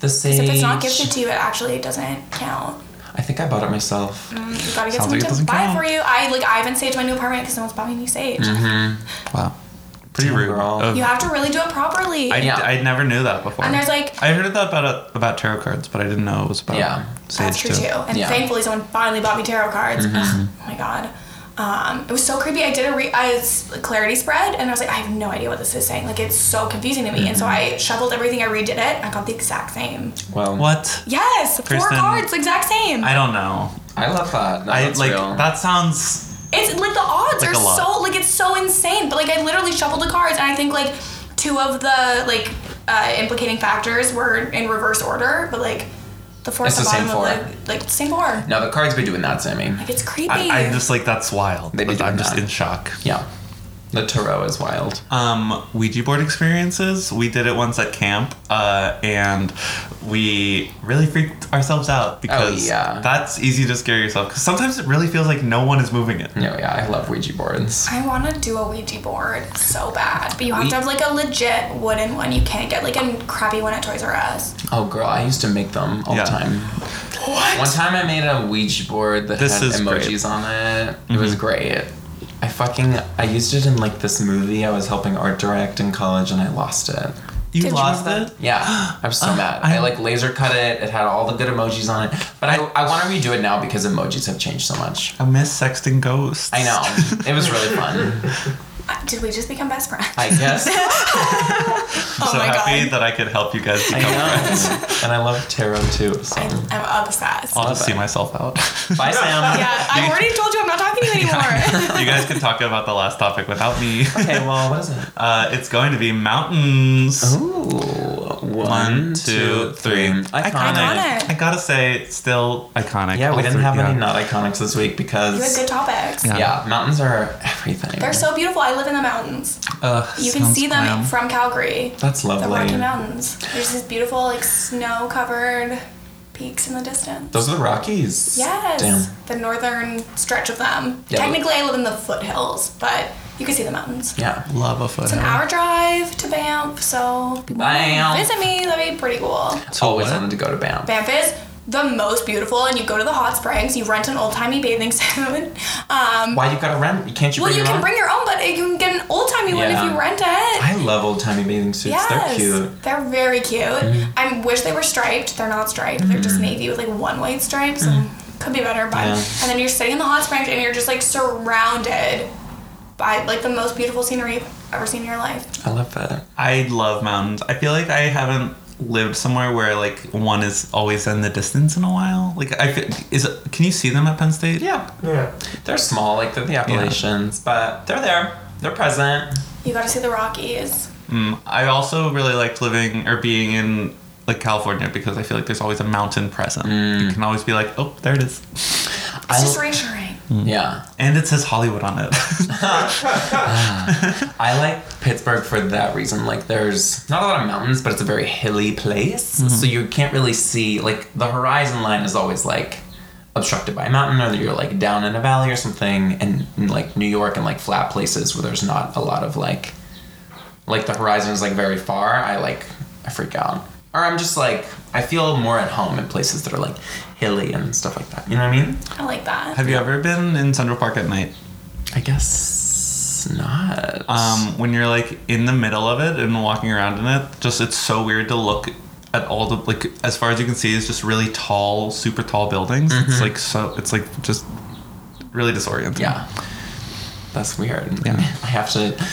The sage.
If it's not gifted to you, it actually doesn't count. Mm,
I think I bought it myself.
You gotta get
Sounds like it
someone to
doesn't
buy it
count.
for you. I like I haven't saged my new apartment because no one's bought me any sage.
Mm-hmm. Wow. Pretty
Damn,
rude.
girl.
Oh,
You have to really do it properly.
I,
Yeah.
I never knew that before.
and there's like
I heard that about uh, about tarot cards, but I didn't know it was about
Yeah.
sage Mm-hmm.
That's true too. And
Yeah.
thankfully, someone finally bought me tarot cards. Ugh, oh my god. Um, it was so creepy. I did a, re- I s- clarity spread, and I was like, I have no idea what this is saying. Like, it's so confusing to me. And so
Mm-hmm.
I shuffled everything. I redid it. I got the exact same.
Well,
What?
Yes, four
Kristen,
cards, exact same.
I don't know.
I love that. No,
I
that's
like
real.
that sounds
it's like the odds
Like
are
a lot.
so like it's so insane. But like I literally shuffled the cards, and I think like two of the like uh, implicating factors were in reverse order. But like the fourth,
It's the same
bottom
four.
of the, like same four.
Now the cards be doing that, Sammy.
Like it's creepy.
I, I'm just like that's wild.
They be
Like, I'm
doing
just
that.
in shock.
Yeah. The tarot is wild.
Um, Ouija board experiences. We did it once at camp, uh, and we really freaked ourselves out because
Oh, yeah.
that's easy to scare yourself. Because sometimes it really feels like no one is moving it.
No, yeah, I love Ouija boards.
I want to do a Ouija board so bad, but you have
We-
to have like a legit wooden one. You can't get like a crappy one at Toys R Us.
Oh, girl, I used to make them all
Yeah.
the time. One
What?
time I made a Ouija board that
This
had
is great. Mm-hmm.
emojis on it. It was great. I fucking I used it in like this movie I was helping art direct in college and I lost it.
You
Did you
lost
have
it.
Yeah, I was so mad. I,
I-
like laser cut it. It had all the good emojis on it. But I, I want to redo it now because emojis have changed so much.
I miss sexting ghosts.
I
Oh
know. It was really fun.
Uh, Did we just become best friends?
I guess.
I'm
Oh
so
my
happy
God.
that I could help you guys
I
become friends.
know. And I love tarot too. So.
I'm obsessed.
I'll
Love
just see
it.
myself out.
Bye, Sam.
yeah, I already told you I'm not talking to you anymore.
you guys can talk about the last topic without me.
Okay, well, what is it?
Uh, it's going to be mountains.
Ooh. One, two, three.
Iconic.
Iconic.
I gotta say, still iconic.
Yeah,
All
we didn't
three-
have
yeah.
any not iconics this week
you had
because.
good topics.
Yeah.
Yeah, mountains are everything.
They're so beautiful. I live in the mountains.
Ugh,
You can
sounds
see them
glam.
from Calgary,
That's
the
lovely.
Rocky Mountains. There's these beautiful like snow-covered peaks in the distance.
Those are the Rockies.
Yes.
Damn.
The northern stretch of them.
Yeah, but-
Technically, I live in the foothills, but you can see the mountains.
Yeah.
Love a foot.
It's an hour drive to Banff, so people
Bam.
visit me. That'd be pretty cool.
Always
what?
wanted to go to Banff.
Banff is the most beautiful, and you go to the hot springs. You rent an old timey bathing suit. Um,
Why you gotta rent? Can't you
well,
bring
you
your
can
own?
bring your own, but you can get an old timey one if
Yeah.
you rent it.
I love old timey bathing suits. They're cute. Mm-hmm.
They're very cute. I wish they were striped. They're not striped. They're just navy with like one white stripe. So could be better, but
Mm-hmm. Yeah.
and then you're sitting in the hot springs and you're just like surrounded by like the most beautiful scenery you've ever seen in your life.
I love that.
I love mountains. I feel like I haven't lived somewhere where like one is always in the distance in a while. Like I feel, is can you see them at Penn State?
Yeah,
Yeah.
they're small, like they're the Appalachians, but they're there. They're present.
You got to see the Rockies.
Mm, I also really liked living or being in like California because I feel like there's always a mountain present. You can always be like, oh, there it is,
It's just reassuring.
Mm. yeah,
and it says Hollywood on it.
I like Pittsburgh for that reason. Like, there's not a lot of mountains, but it's a very hilly place, so you can't really see. Like, the horizon line is always like obstructed by a mountain, or you're like down in a valley or something. And in, like New York and like flat places where there's not a lot of like, like the horizon is like very far. I like I freak out, or I'm just like I feel more at home in places that are like hilly and stuff like that. You know what I mean?
I like that.
Have you ever been in Central Park at night?
I guess not.
um, when you're like in the middle of it and walking around in it just it's so weird to look at all the like as far as you can see it's just really tall super tall buildings it's like so it's like just really disorienting
Yeah. That's weird.
Yeah.
I have to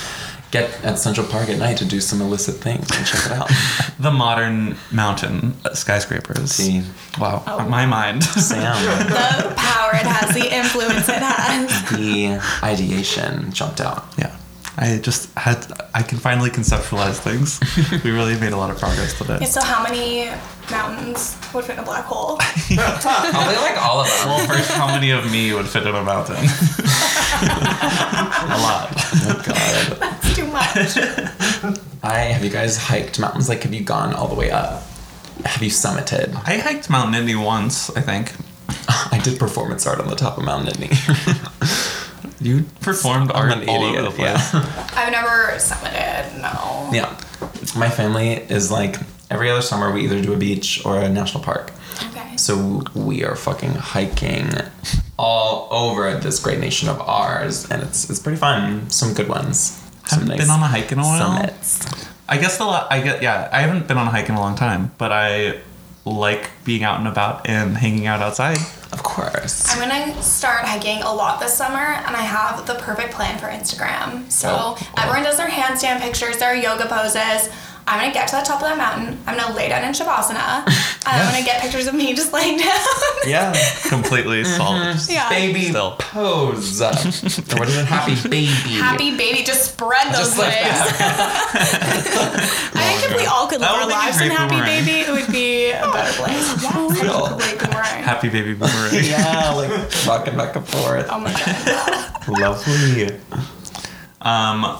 get at Central Park at night to do some illicit things and check it out.
the modern mountain uh, skyscrapers
See.
wow
Oh.
my mind
Sam,
The power it has, the influence it has.
the ideation jumped out.
yeah I just had I can finally conceptualize things. we really made a lot of progress today.
Yeah, so how many mountains would fit in a black hole?
Probably like all of them.
Well, first, how many of me would fit in a mountain? a lot.
That's too much.
I have you guys hiked mountains? Like, have you gone all the way up? Have you summited?
I hiked Mount Nindy once, I think.
I did performance art on the top of Mount Nittany.
You performed
I'm
art
an
all
idiot,
over the place.
I've never summited, no.
yeah. My family is like every other summer we either do a beach or a national park.
Okay.
So we are fucking hiking all over this great nation of ours, and it's it's pretty fun. Some good ones. Some
Haven't been on a hike in a while.
summits.
I guess the lot. I get yeah. I haven't been on a hike in a long time, but I like being out and about and hanging out outside.
Of course.
I'm gonna start hiking a lot this summer, and I have the perfect plan for Instagram. So
Oh, cool.
everyone does their handstand pictures, their yoga poses. I'm gonna get to the top of that mountain. I'm gonna lay down in shavasana. and I'm gonna get pictures of me just laying down.
Yeah. Mm-hmm.
Completely solved.
yeah.
Baby
Still.
pose. or what is it? Happy baby.
Happy baby, just spread those
Just like
legs.
that.
I think if we all could live
That
our
would be a
lives in
great
happy
boomerang.
baby, it would be a better place. Wow, such a
Real.
great boomerang.
Happy baby boomerang.
Yeah, like rocking back and forth.
Oh my god.
Lovely.
Um,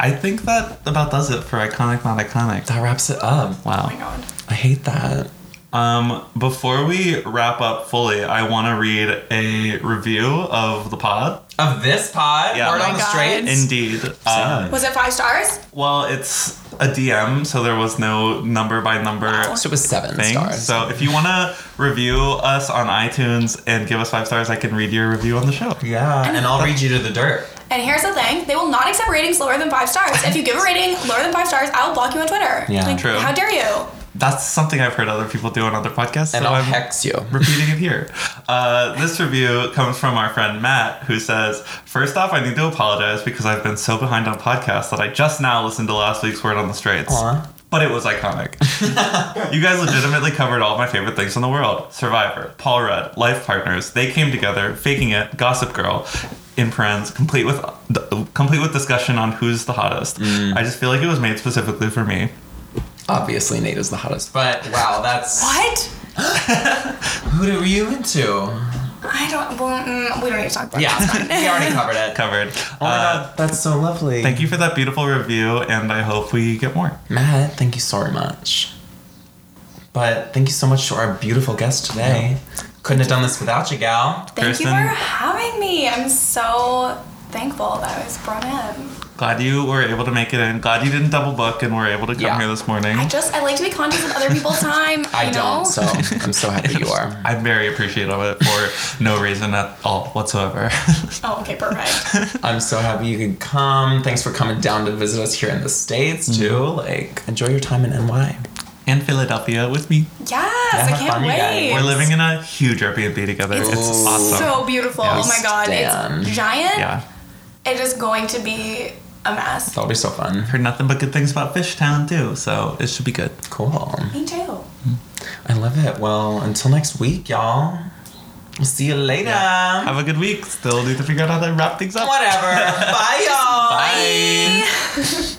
I think that about does it for iconic, not iconic.
That wraps it up.
Oh my
Wow.
god.
I hate that.
Um, before we wrap up fully, I want to read a review of the pod.
Of this pod,
Yeah.
word
Oh
on
my
the
God.
straight.
Indeed. Uh,
Was it five stars?
well, it's a DM, so there was no number by number
So it was seven
thing.
stars.
So if you want to review us on iTunes and give us five stars, I can read your review on the show.
yeah, and I'll read you to the dirt.
And here's the thing: they will not accept ratings lower than five stars. If you give a rating lower than five stars, I will block you on Twitter.
Yeah.
Like,
True.
How dare you?
That's something I've heard other people do on other podcasts.
And
so
I'll
I'm
hex you.
repeating it here. Uh, this review comes from our friend Matt, who says, First off, I need to apologize because I've been so behind on podcasts that I just now listened to last week's Word on the Straits.
Aw.
But it was iconic. you guys legitimately covered all my favorite things in the world Survivor, Paul Rudd, Life Partners, They Came Together, Faking It, Gossip Girl. In parents, complete with complete with discussion on who's the hottest.
Mm.
I just feel like it was made specifically for me.
Obviously, Nate is the hottest. But wow, that's
What?
who were you into?
I don't. Well, mm, we don't need to talk about
Yeah,
that.
we already covered it.
Covered. Uh,
Oh my god, that's so lovely.
Thank you for that beautiful review, and I hope we get more.
Matt. Thank you so much. But thank you so much to our beautiful guest today. Couldn't have done this without you, gal.
Thank
Kirsten.
you for having me. I'm so thankful that I was brought in.
Glad you were able to make it in. Glad you didn't double book and were able to come
Yeah.
here this morning.
I just I like to be conscious of other people's time.
Mm. I
you know?
don't, so I'm so happy you are.
I'm very appreciative of it for no reason at all whatsoever.
Oh, okay, perfect.
I'm so happy you could come. Thanks for coming down to visit us here in the States, too. Like, enjoy your time in NY.
and Philadelphia with me.
Yes,
Yeah,
I
have
can't
fun, you guys.
wait.
We're living in a huge Airbnb together. It's,
It's
awesome.
So beautiful.
Yes.
Oh my god,
Damn.
it's giant.
yeah.
It is going to be a mess.
That'll be so fun.
Heard nothing but good things about Fishtown too, so it should be good.
Cool.
Me too.
I love it. Well, until next week, y'all. We'll see you later.
Have a good week. Still need to figure out how to wrap things up.
Whatever. Bye, y'all.
Bye.